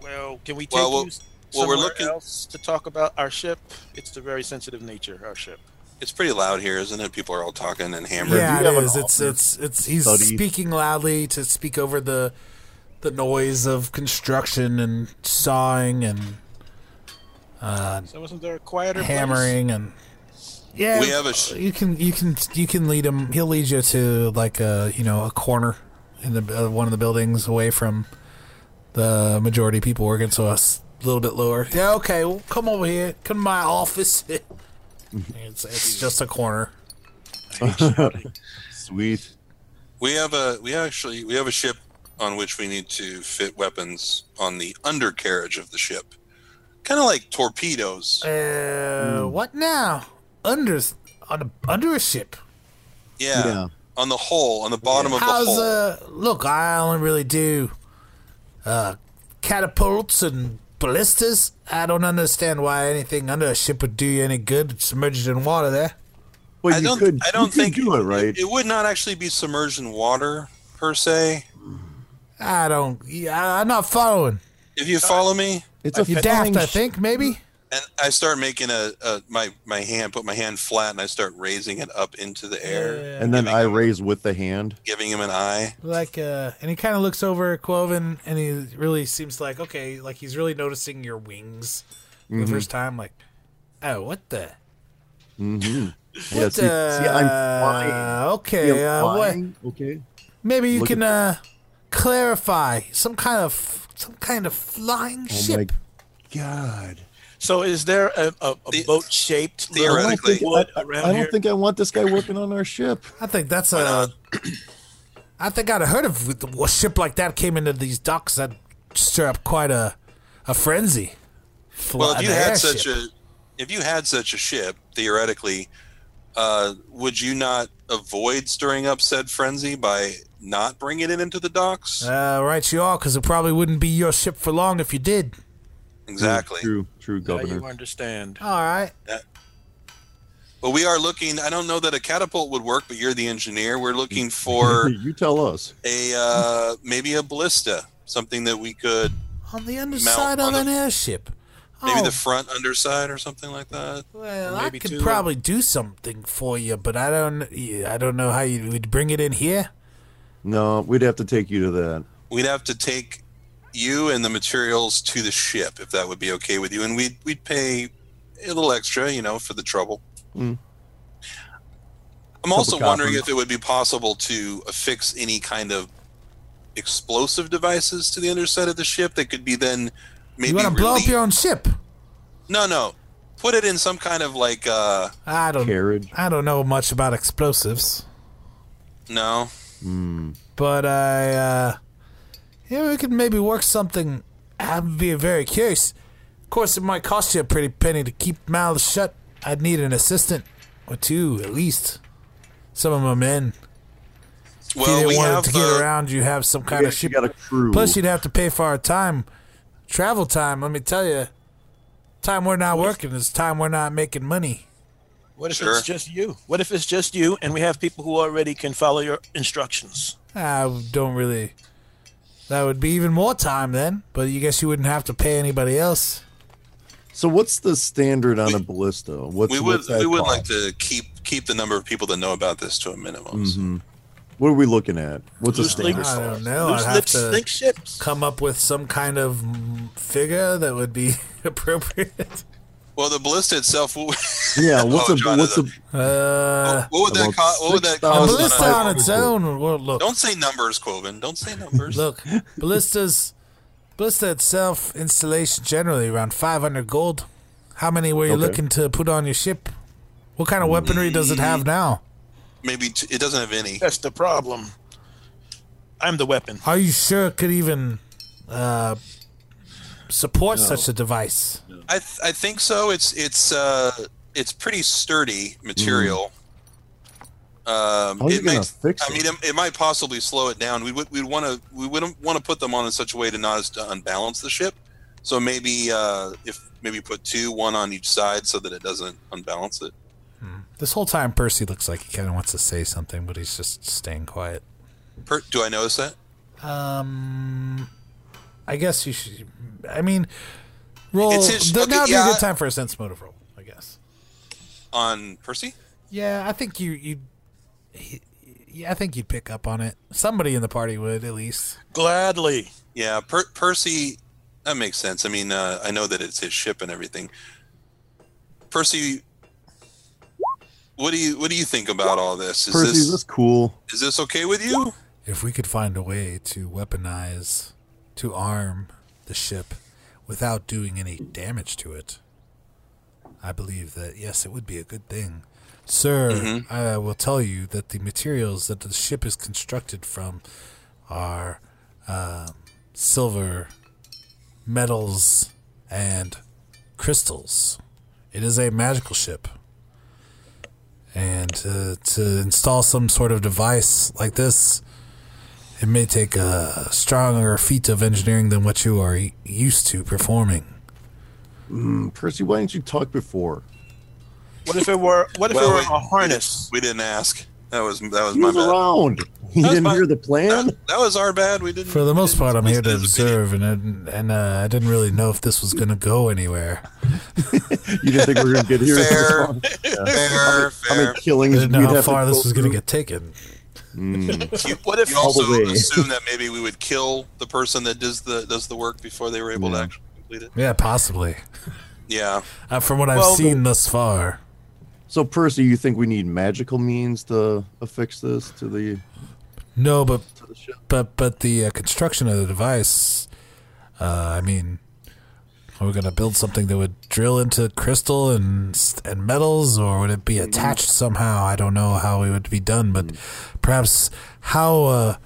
Well, can we take Well, well- you well, somewhere we're looking- else to talk about our ship? It's a very sensitive nature. Our ship. It's pretty loud here, isn't it? People are all talking and hammering. Yeah, have it an is. It's it's it's he's study? speaking loudly to speak over the the noise of construction and sawing and So wasn't there a quieter place? hammering and yeah. We have a sh- you can you can you can lead him. He'll lead you to like a you know a corner in the uh, one of the buildings away from the majority of people working, so us a little bit lower. Yeah, okay. Well, come over here. Come to my office. it's, it's just a corner. sweet. We have a we actually we have a ship on which we need to fit weapons on the undercarriage of the ship, kind of like torpedoes. Uh, Hmm. what now? Under on a, under a ship. Yeah, Yeah. on the hull, on the bottom of the How's hull. uh? Look, I only really do uh catapults and ballistas. I don't understand why anything under a ship would do you any good submerged in water. There. Well, I you don't could. I don't you could think do it right. It would not actually be submerged in water per se. I don't. Yeah, I'm not following. If Uh, you follow me, It's a You flying daft, I sh- think maybe. and I start making a, a my my hand, put my hand flat, and I start raising it up into the air, And then I raise with the hand. giving him an eye. Like, uh, and he kind of looks over at Quoven, and he really seems like okay, like he's really noticing your wings for Mm-hmm. the first time. Like, oh, what the. Yeah, Mm-hmm. see, see, I'm flying. See, Uh, I'm Okay, uh, what, flying. Okay. maybe you Look can at uh, clarify some kind of some kind of flying Oh my ship. god. So is there a, a, a The- boat shaped theoretically. wood I, around I here? don't think I want this guy working on our ship. I think that's a. I think I'd have heard of a ship like that came into these docks that stir up quite a a frenzy. Well, if you had such a if you had such a ship, theoretically, uh, would you not avoid stirring up said frenzy by not bringing it into the docks? Uh, right, you are, because it probably wouldn't be your ship for long if you did. exactly. True, true, Now you governor. understand. All right. But we are looking. I don't know that a catapult would work, but you're the engineer. We're looking for you tell us. a uh, maybe a ballista, something that we could On the underside on of the- an airship. maybe oh, the front underside or something like that. well, I maybe could two- probably do something for you, but I don't. yeah, I don't know how you would bring it in here. No, we'd have to take you to that. We'd have to take you and the materials to the ship if that would be okay with you, and we'd we'd pay a little extra, you know, for the trouble. Mm. I'm also Couple wondering coppers. if it would be possible to affix any kind of explosive devices to the underside of the ship that could be then maybe you want to blow up released- your own ship? No, no. Put it in some kind of like uh I don't. Carriage. I don't know much about explosives, no. but I. Uh, yeah, we could maybe work something. I'd be very curious. Of course, it might cost you a pretty penny to keep mouths shut. I'd need an assistant or two, at least. Some of my men. If you Well, we didn't want have to get uh, around, you have some kind You of got, you ship. got a crew. Plus, you'd have to pay for our time, travel time. Let me tell you, time we're not working is time we're not making money. What if Sure. it's just you? What if it's just you and we have people who already can follow your instructions? I don't really. That would be even more time then, but you guess you wouldn't have to pay anybody else. so what's the standard on a ballista? What's we would what's that we would cost? like to keep keep the number of people that know about this to a Mm-hmm. minimum. What are we looking at? What's the Loose standard? links. I don't know. Loose I'd have lips to think ships. come up with some kind of mm, figure that would be appropriate. Well, the ballista itself. What, Yeah, what's Oh, a John, what's a Uh, what would that about cost? What would 6,000 a that cost? on a- ballista on its own. Well, look, Don't say numbers, Quoven. Don't say numbers. look, ballistas, ballista itself installation generally around five hundred gold. How many were you Okay. looking to put on your ship? What kind of weaponry does it have now? Maybe t- it doesn't have any. That's the problem. I'm the weapon. Are you sure it could even uh, support such a device? I th- I think so. It's it's uh it's pretty sturdy material. Mm. Um, How are you it gonna might- fix I mean, it? it, it might possibly slow it down. We would we'd want to we wouldn't want to put them on in such a way to not as to unbalance the ship. So maybe uh, if maybe put two, one on each side, so that it doesn't unbalance it. This whole time, Percy looks like he kind of wants to say something, but he's just staying quiet. Per- do I notice that? Um, I guess you should. I mean, roll. It's his- th- okay, now'd be yeah, a I- good time for a sense motive roll, I guess. on Percy? Yeah, I think you you. Yeah, I think you'd pick up on it. Somebody in the party would, at least. Gladly. Yeah, per- Percy. That makes sense. I mean, uh, I know that it's his ship and everything. Percy, what do you what do you think about all this? Is Percy? Is this cool? this is this okay with you? If we could find a way to weaponize, to arm the ship without doing any damage to it, I believe that, yes, it would be a good thing. Sir, I will tell you that the materials that the ship is constructed from are um, silver, metals, and crystals. It is a magical ship and to, to install some sort of device like this it may take a stronger feat of engineering than what you are e- used to performing Percy, why didn't you talk before? What if it were? What if Well, it we- were a harness? We didn't ask. That was that was He my was bad. around. He That's didn't fine. hear the plan. That, that was our bad. We didn't. for the most didn't part i'm here to solicit his opinion. observe and and, and uh, i didn't really know if this was going to go anywhere You didn't think we were gonna get here. Fair. Fair, How fair. many killings? i didn't we'd know how have to far go this was going to through? get taken You, what if you also Probably. assume that maybe we would kill the person that does the does the work before they were able to actually complete it? yeah possibly Yeah. uh, from what i've Well, the- seen thus far So, Percy, you think we need magical means to affix this to the no but to the ship? but but the uh, construction of the device uh, i mean are we going to build something that would drill into crystal and s- and metals or would it be attached somehow i don't know how it would be done but perhaps how uh,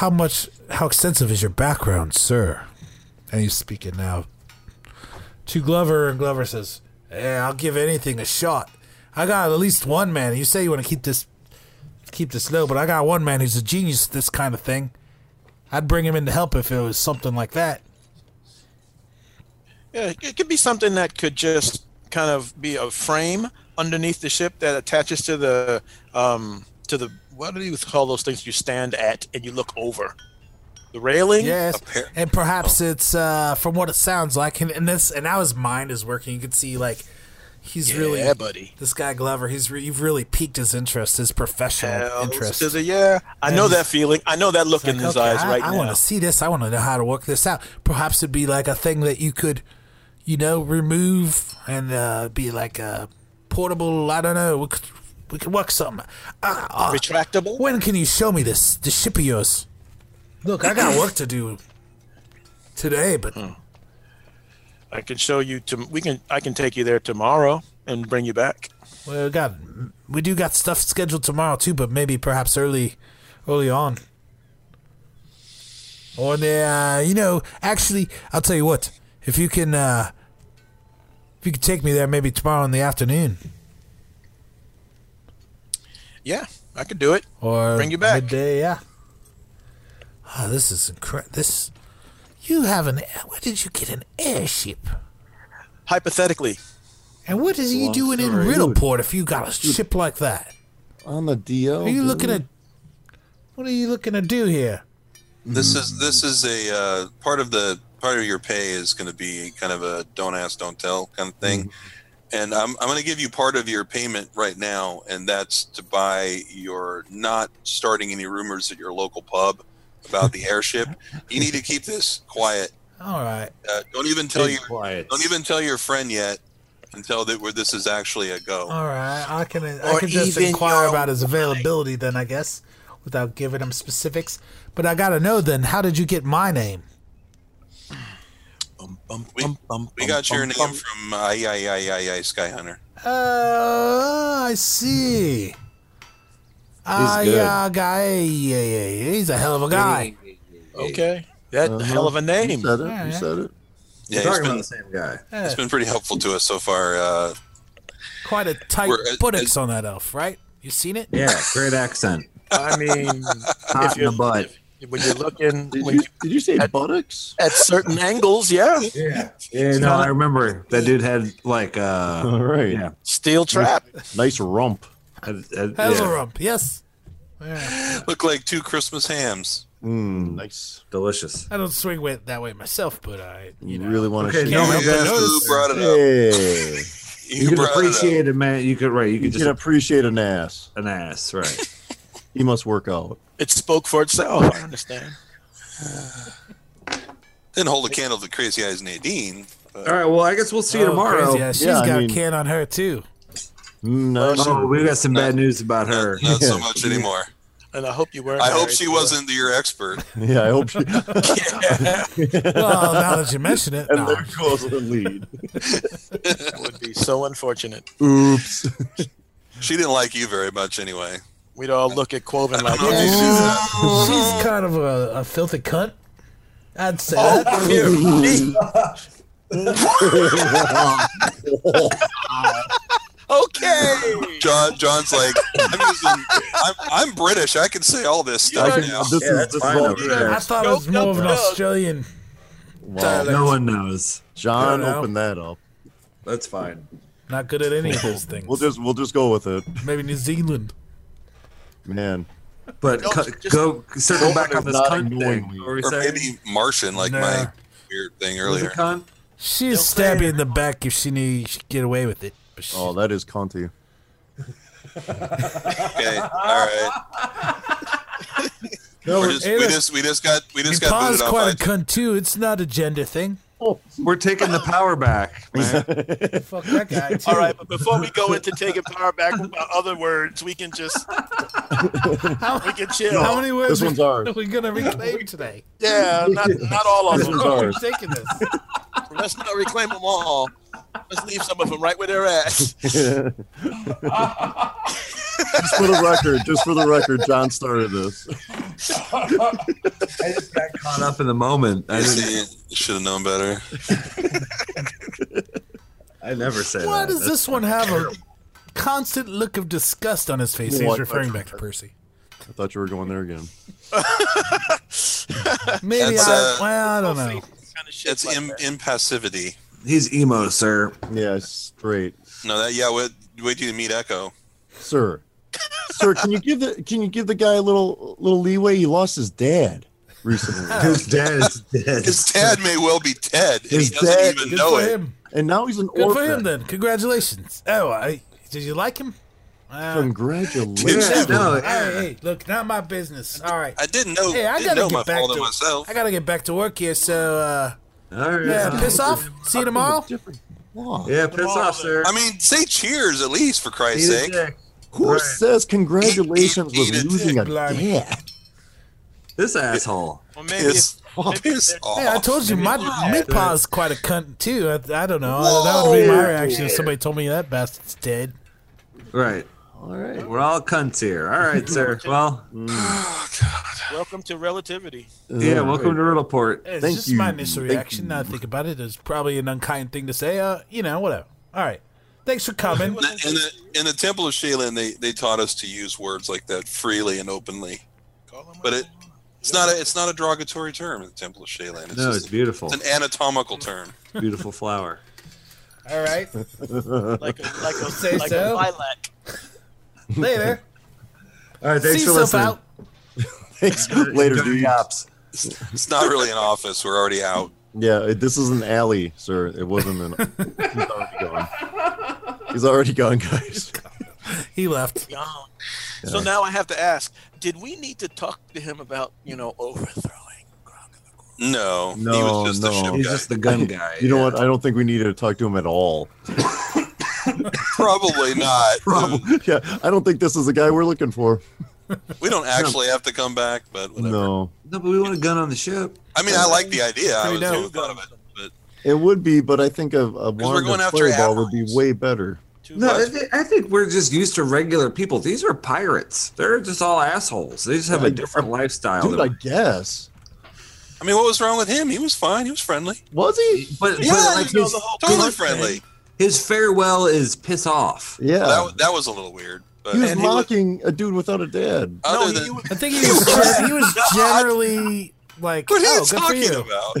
how much how extensive is your background sir and he's speaking now to glover and glover says hey i'll give anything a shot i got at least one man you say you want to keep this keep this low but i got one man who's a genius at this kind of thing I'd bring him in to help if it was something like that. Yeah, it could be something that could just kind of be a frame underneath the ship that attaches to the um to the what do you call those things you stand at and you look over the railing? Yes, pair- and perhaps it's uh, from what it sounds like, and, and this and now his mind is working. You can see like he's Yeah, really buddy. this guy Glover. He's re- you've really piqued his interest, his professional Hells interest. to the- yeah, I know he's- that feeling. I know that look in Like, his okay, eyes I, right I now. want to see this. I want to know how to work this out. Perhaps it'd be like a thing that you could, you know, remove and uh, be like a portable. I don't know. We could, we could work something. Uh, uh, Retractable? When can you show me this? The ship of yours. Look, I got work to do today, but I can show you to. We can. I can take you there tomorrow and bring you back. well, got we do got stuff scheduled tomorrow too, but maybe perhaps early, early on. Or the, uh, you know, actually, I'll tell you what. If you can, uh, if you could take me there, maybe tomorrow in the afternoon Yeah, I could do it. or Bring you back. midday. Yeah. Ah, this is incredible. This, you have an. Where did you get an airship? Hypothetically, And what is he Long doing in story. Riddleport if you got a ship like that? On the DL. Are you looking at? What are you looking to do here? Mm-hmm. This is this is a uh, part of the part of your pay is going to be kind of a don't ask, don't tell kind of thing. Mm-hmm. And I'm I'm going to give you part of your payment right now, and that's to buy your not starting any rumors at your local pub about the airship. You need to keep this quiet. All right. Uh, don't even tell Be your quiet. don't even tell your friend yet until that where this is actually a go. All right, I can I Or can just even inquire your about his availability then, I guess, without giving him specifics. But I gotta know then, how did you get my name? Bum, bum, We- bum, bum, we bum, got your bum, Um, name bum. from uh, I I I I I Skyhunter. Oh, I see. Ah, good. yeah, guy. Yeah, yeah, yeah, he's a hell of a guy. Okay, that Uh-huh. hell of a You name. said it. All You right. said it. Yeah, We're it's talking about been, the same guy. it's been pretty helpful to us so far. Eh, Uh, Quite a tight We're- as- buttocks as- on that elf, right? You seen it? Yeah, great accent. I mean, Hot in the butt. when you're looking Did when you, you- did you say at- buttocks? at certain angles, yeah, Yeah. Yeah, no, I remember that dude had like uh All right. yeah. steel trap. Nice rump. had- had- Hazel yeah, rump. Yes. Yeah. look like two Christmas hams. Mm, nice. delicious. I don't swing with that way myself, but I, you You know. really want to Okay, shake no, it. one You else who noticed. brought it up. Hey, You, could brought it up. appreciate it, man. You could right, you you could can just appreciate an ass. an ass, right. He must work out. It spoke for itself. I understand. Didn't hold a candle to crazy eyes Nadine. but- All right, well I guess we'll see you Oh, tomorrow. crazy. Yeah, she's Yeah, I got mean- a can on her too. No, Oh, we got some bad news about her. Not, not so Yeah. much anymore. And I hope you were. I hope she wasn't your expert. yeah, I hope she. Well, now that you mention it, and no. there goes the lead. That would be so unfortunate. Oops. She didn't like you very much anyway. We'd all look at Quoven like, I don't know if you knew that. she's kind of a, a filthy cunt. I'd say that. okay. John, John's like, I'm, using, I'm, I'm British. I can say all this I stuff can, now. this is this is fine all over I thought it was Nope, nope, more of an nope. Australian. Wow. No one knows. John, No, no. open that up. That's fine. Not good at any of those things. We'll just we'll just go with it, Maybe New Zealand. man. But Don't cu- just- go circle back on is this not cunt ignoring thing. me. What were we Or saying? maybe Martian, like Nah. my weird thing Was it earlier. cunt? She'd stab you in the back if she knew she'd get away with it. But she, Oh, that is cunty. Okay, all right. no, We're just, we just we just got we just got booted off. quite a iTunes. cunt too. It's not a gender thing. We're taking the power back, man. Fuck that guy. Too. All right, but before we go into taking power back about other words, we can just we can chill. How many words this one's are ours. are we gonna reclaim today? yeah, not not all of This them. one's ours. We're taking this. Let's not reclaim them all. Let's leave some of them right where they're at. just for the record, just for the record, John started this. I just got caught up in the moment. I, You didn't, see, should have known better. I never say Why that. does this one have a constant look of disgust on his face? He's What? referring back to Percy. I thought you were going there again. Maybe That's, I. uh, well, I don't know. It's im- impassivity. He's emo, sir. Yeah, straight, No, that yeah. Wait, wait till you meet Echo. sir. Sir, can you give the can you give the guy a little little leeway? He lost his dad recently, His dad is dead. His dad may well be Ted. and His he doesn't dad- even Good know for it. him. and now he's an Good orphan. for him then. Congratulations. Oh, I, did you like him? Uh, Congratulations. Yeah, hey, no, hey, look, not my business. All right. I didn't know. Hey, I didn't gotta know get my back father to- myself. I gotta get back to work here, so uh, All right. yeah, piss off. See you tomorrow. Different law. Yeah, piss off, sir. I mean, say cheers at least for Christ's He's a sake. dick. Who Right. says congratulations Eat- eat- with eat it, losing a blimey. dad? This asshole. Well, maybe Piss, if- maybe if piss they're- off. Hey, I told you my Midpaw's quite a cunt too. I, I don't know. that would be my reaction if somebody told me that bastard's dead. Right. All right. We're all cunts here. All right, sir. Well, welcome to relativity. yeah, welcome to Riddleport. It's Thank just my you. initial Thank reaction. you. Now I think about it, it's probably an unkind thing to say. Uh, you know, whatever. All right. Thanks for coming. In the, in, the, in the Temple of Shaolin, they, they taught us to use words like that freely and openly. But it it's not a it's not a derogatory term. The Temple of Shaolin. It's, No, just it's beautiful. it's an anatomical term. Beautiful flower. All right. Like a, like a, Say like so. a lilac. Later. All right, thanks See for yourself listening. out. Thanks. Later, Go to dude. the ops. It's not really an office. We're already out. Yeah, it, this is an alley, sir. It wasn't an. he's already gone. He's already gone, guys. He left. Gone. So now I have to ask: Did we need to talk to him about you know overthrowing Grog and the Gorgon? No, No, he was just no. a ship He's guy. just the gun guy. You know what? I don't think we needed to talk to him at all. Probably not. Probably. Yeah, I don't think this is the guy we're looking for. We don't actually have to come back, but whatever. No, No, but we want a gun on the ship. I mean, I like the idea. I We was know. doing thought of it, but it would be, but I think a, a we're wand going of after fireball would be admirals. way better. Too No, I much. thi- I think we're just used to regular people. These are pirates. They're just all assholes. They just have Yeah, a I- different lifestyle. Dude, I than- guess I mean, what was wrong with him? He was fine. He was friendly. was he? but Yeah, but like you know, his, the whole totally friendly. his farewell is piss off. Yeah, That wa- that was a little weird. But he was and mocking a dude without a dad. Oh, other no, than, he, was, I think he was gen- he was generally like, what are you oh, good for talking you. about?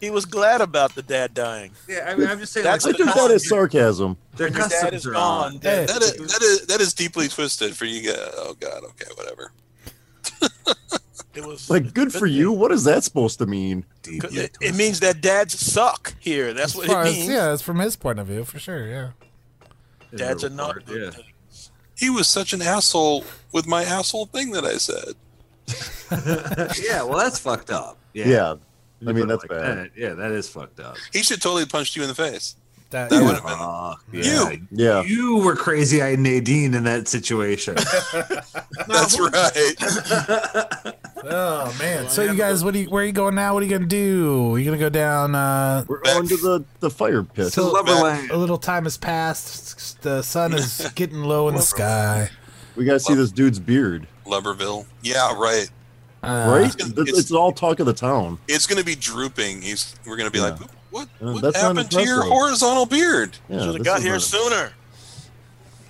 he was glad about the dad dying. Yeah, I mean, I'm just saying. That's I what took that as sarcasm. Their Your dad is customs are gone. on. Hey, That is, that is that is deeply twisted for you guys. Oh God. Okay. Whatever. It was Like, good for you. What is that supposed to mean? It, it means that dads suck here. That's As what far it as, means. yeah, that's from his point of view, for sure. Yeah. Dads are not good. Yeah. things. He was such an asshole with my asshole thing that I said. Yeah, well, that's fucked up. Yeah. Yeah, I mean that's bad. That, yeah, that is fucked up. He should totally have punched you in the face. That, That would've been- Fuck, You. yeah. Yeah, You were crazy eyed Nadine in that situation. That's right. oh man. So you guys, what are you, where are you going now? What are you gonna do? Are you gonna go down? Uh, we're Back- on to the the fire pit. So- Loverland. a little time has passed. The sun is getting low in the sky. we gotta see this dude's beard, Lubberville. Yeah. Right. Uh, right? It's- It's, it's all talk of the town. It's gonna be drooping. He's. We're gonna be like, what? Uh, What that's not happened to your impressive. horizontal beard? Yeah, Should have this got is here not- sooner.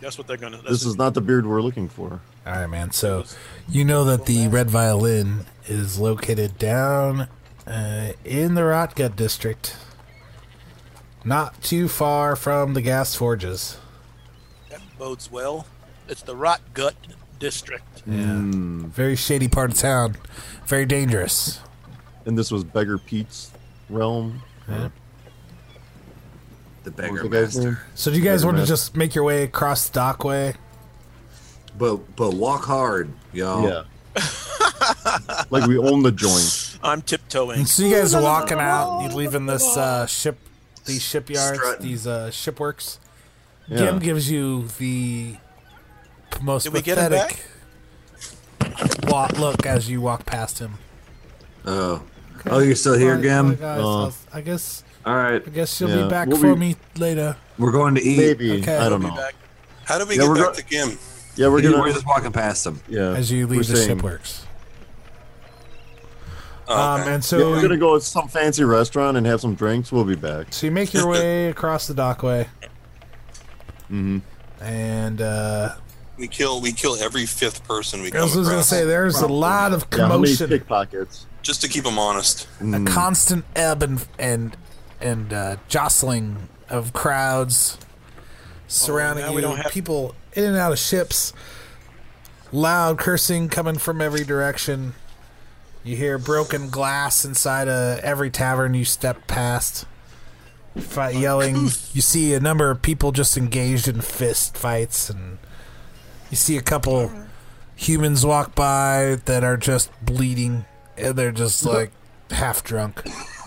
That's what they're gonna. That's This is not the beard we're looking for. All right, man. So you know that the Red Violin is located down uh, in the Rotgut district, not too far from the gas forges. that bodes well. It's the rot gut district. Mm. Very shady part of town. Very dangerous. And this was Beggar Pete's realm. the What was the beggar guy's name? master. So do you guys Very want to bad. just make your way across the dockway? But but walk hard, y'all. Yeah. like we own the joint. I'm tiptoeing. So you guys are walking out. You're leaving this uh, ship, these shipyards, Strutting. these uh, shipworks. Yeah. Jim gives you the p- most Did we get him pathetic wa- look as you walk past him. Oh. Oh, you're still here, Bye, Gim? bye, guys. Uh. I'll- I guess All right. I guess she'll Yeah. be back We'll for be- me later. We're going to eat. Maybe. Okay. I don't Be know. back. How do we Yeah, get we're back go- to Gim? Yeah, we're We're gonna just walking past them. yeah, As you we're leave the saying- shipworks, Oh, um, okay. and Yeah, so we're gonna go to some fancy restaurant and have some drinks. We'll be back. So you make your way across the dockway. Mm-hmm. And uh, we kill. We kill every fifth person we I come was going to across, say, there's a lot of Yeah, how many commotion, pickpockets? just to keep them honest. a constant ebb and and and uh, jostling of crowds surrounding now you. we don't have- people in and out of ships. Loud cursing coming from every direction. You hear broken glass inside uh, every tavern you step past. Fight yelling. You see a number of people just engaged in fist fights, and you see a couple humans walk by that are just bleeding, and they're just like half drunk,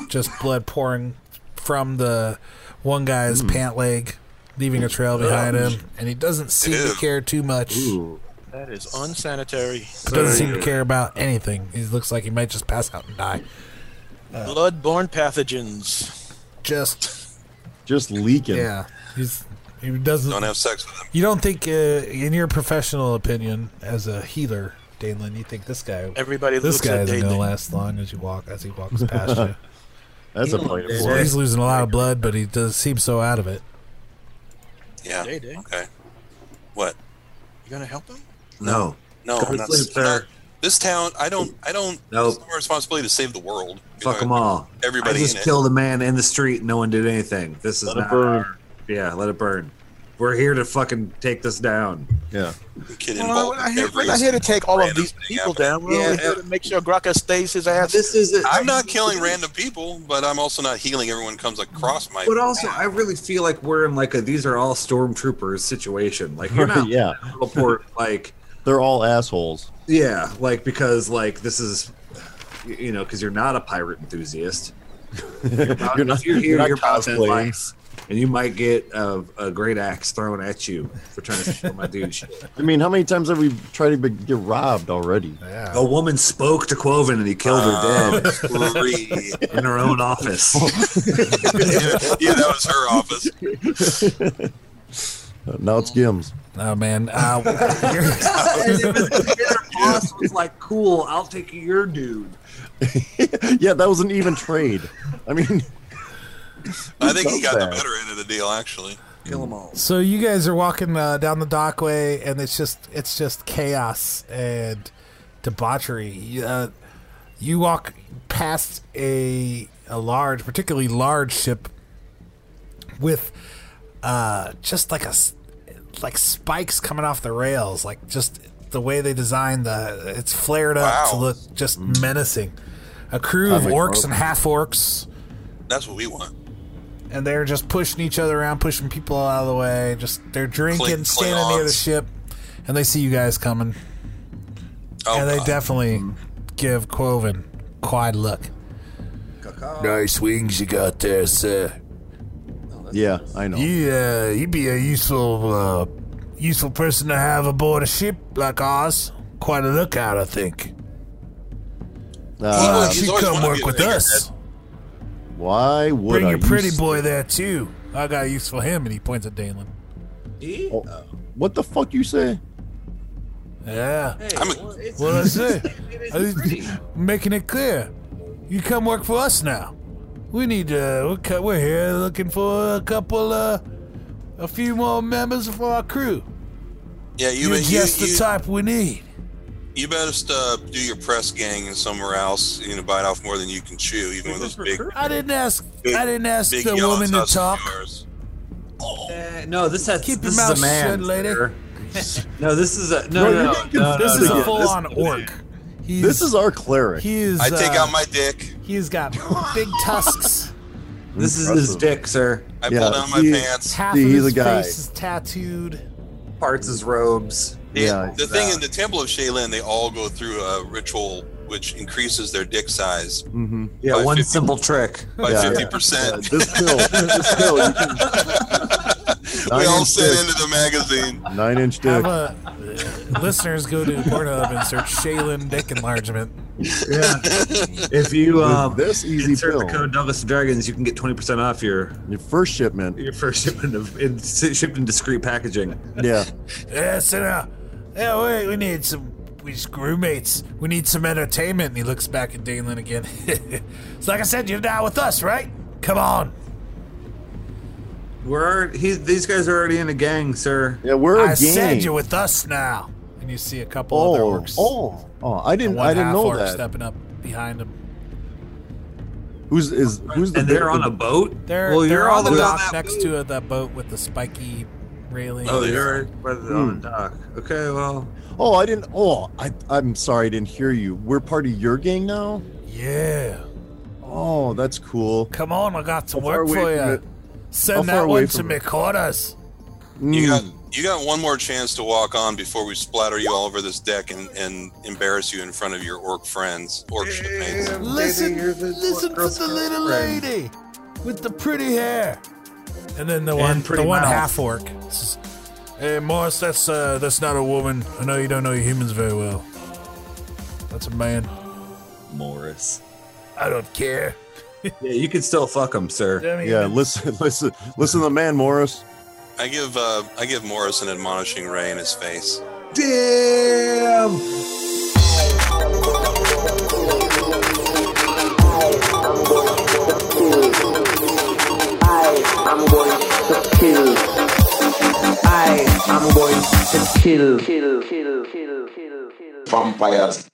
just blood pouring from the one guy's pant leg, leaving a trail behind him, and he doesn't seem to Ew. care too much. Ooh, That is unsanitary. Sorry. Doesn't seem to care about anything. He looks like he might just pass out and die. Bloodborne pathogens. Just Just leaking. yeah, he's he doesn't. Don't have sex with him. You don't think, uh, in your professional opinion, as a healer, Danelin, you think this guy, Everybody this looks guy at isn't going to Daedalus. last long as you walk as he walks past you. That's a point of So order. he's losing a lot of blood, but he does seem so out of it. Yeah. Day Day. Okay. What? You gonna help him? No. No, Go I'm to not, sleep, I'm sir. not- This town, I don't, I don't. Nope. It's not my responsibility to save the world. You Fuck know, them all. Everybody I in just it. killed a man in the street. and No one did anything. This is Let it not burn. our- yeah, let it burn. We're here to fucking take this down. Yeah. Kid Well, we're, involved not in here, every we're not here to take all of random these thing people happening. down. We're Yeah, only here to make sure Graka stays his ass. This is it. I'm not killing random people, but I'm also not healing everyone comes across my. But also, I really feel like we're in like a these are all stormtroopers situation. Like you're not yeah. teleport like They're all assholes. yeah, like because like this is y- you know because you're not a pirate enthusiast. you're About- not, you're here. you're You're, not about that cosplaying. life, and you might get a, a great axe thrown at you for trying to steal my dude shit. I mean, how many times have we tried to be, get robbed already? Yeah. A woman spoke to Cloven and he killed Ah. her um, dead Three. in her own office. yeah, that was her office. Uh, Now it's Gims. Oh man, uh, you're- And if her boss was like, "Cool, I'll take your dude." yeah, that was an even trade. I mean, I think Love he got the that. better end of the deal, actually. Hmm. Kill them all. so you guys are walking uh, down the dockway, and it's just it's just chaos and debauchery. Uh, you walk past a a large, particularly large ship with uh, just like a s- like spikes coming off the rails, like just the way they designed the it's flared up to Wow. look just menacing. A crew of Comic orcs book. and half orcs. That's what we want. and they're just pushing each other around, pushing people out of the way. Just they're drinking, Cling- standing near the Klingons. ship, and they see you guys coming, Oh, and they God. definitely give Quoven quite a look. Nice wings you got there, sir. yeah, I know. You, uh, you'd be a useful, uh, useful person to have aboard a ship like ours. Quite a lookout, I think. Uh, Well, he's you always come wanted to work be a with figurehead. us. why would Bring I? your pretty You boy there too. I got use for him, and he points at Danelin. s- oh, what the fuck you say? Yeah. I'm a- What I say? I was making it clear. You come work for us now. We need uh, we're, co- we're here looking for a couple, uh, a few more members for our crew. yeah, you, You're you, just the you- type we need. you best uh, do your press gang somewhere else. You know, bite off more than you can chew, even with those big, I didn't ask. Big- I didn't ask big the yellow woman to tusks of talk. yours. Uh, no, this has Keep this your mouth is a man. shut, lady. sir. no, this is a Bro, no, no, you're no, making no, This no, is no. a full-on orc. He's, This is our cleric. he is. I take uh, out my dick. He's got big tusks. This is his Impressive. dick, sir. I yeah, pull down my he- pants. Half See, of he's his a guy. face is tattooed. Parts his robes. It- Yeah, the thing in the Temple of Shaolin, they all go through a ritual which increases their dick size Mm-hmm. Yeah, By one 50. simple trick. by Yeah. fifty percent. Uh, this pill, this pill, you can, we Nine all inch sent dick. into the magazine. nine inch dick. Have a, uh, listeners go to Pornhub and search Shaylin Dick Enlargement. Yeah. if you With um, this easy insert pill, the code Douglas Dragons, you can get twenty percent off your your first shipment. your first shipment of in, shipped in discreet packaging. Yeah, Yeah, sit down. Yeah, wait, we need some. We just roommates. We need some entertainment. And he looks back at Danelin again. so, like I said, you're down with us, right? Come on. We're already, he, these guys are already in a gang, sir. yeah, we're I a gang. said you're with us now. And you see a couple other oh, orcs. oh, oh! I and didn't, one I didn't half know orc that. stepping up behind him. Who's is who's the And they're on a boat. They're, well, they're you're on the way on dock that next boat. to uh, that boat with the spiky railing. Oh, you're by the, on Hmm. the dock. Okay, well, Oh, I didn't. Oh, I, I'm sorry, I didn't hear you. We're part of your gang now. yeah. Oh, that's cool. Come on, I got some How far work away for from you. it- how Send far that away one to from me it? quarters. You got Mm, you got one more chance to walk on before we splatter you all over this deck and, and embarrass you in front of your orc friends, orc shipmates. Listen, listen to the little lady with the pretty hair. And then the one, pretty the one mouth. half orc. s- Hey, Morris, that's uh, that's not a woman. I know you don't know humans very well. That's a man. Morris. I don't care. Yeah, you can still fuck him, sir. I mean, Yeah, listen, listen, listen to the man, Morris. I give uh, I give Morris an admonishing ray in his face. Damn. I'm going to kill. I am going to kill. Kill, kill, kill, kill, kill, kill. Vampires.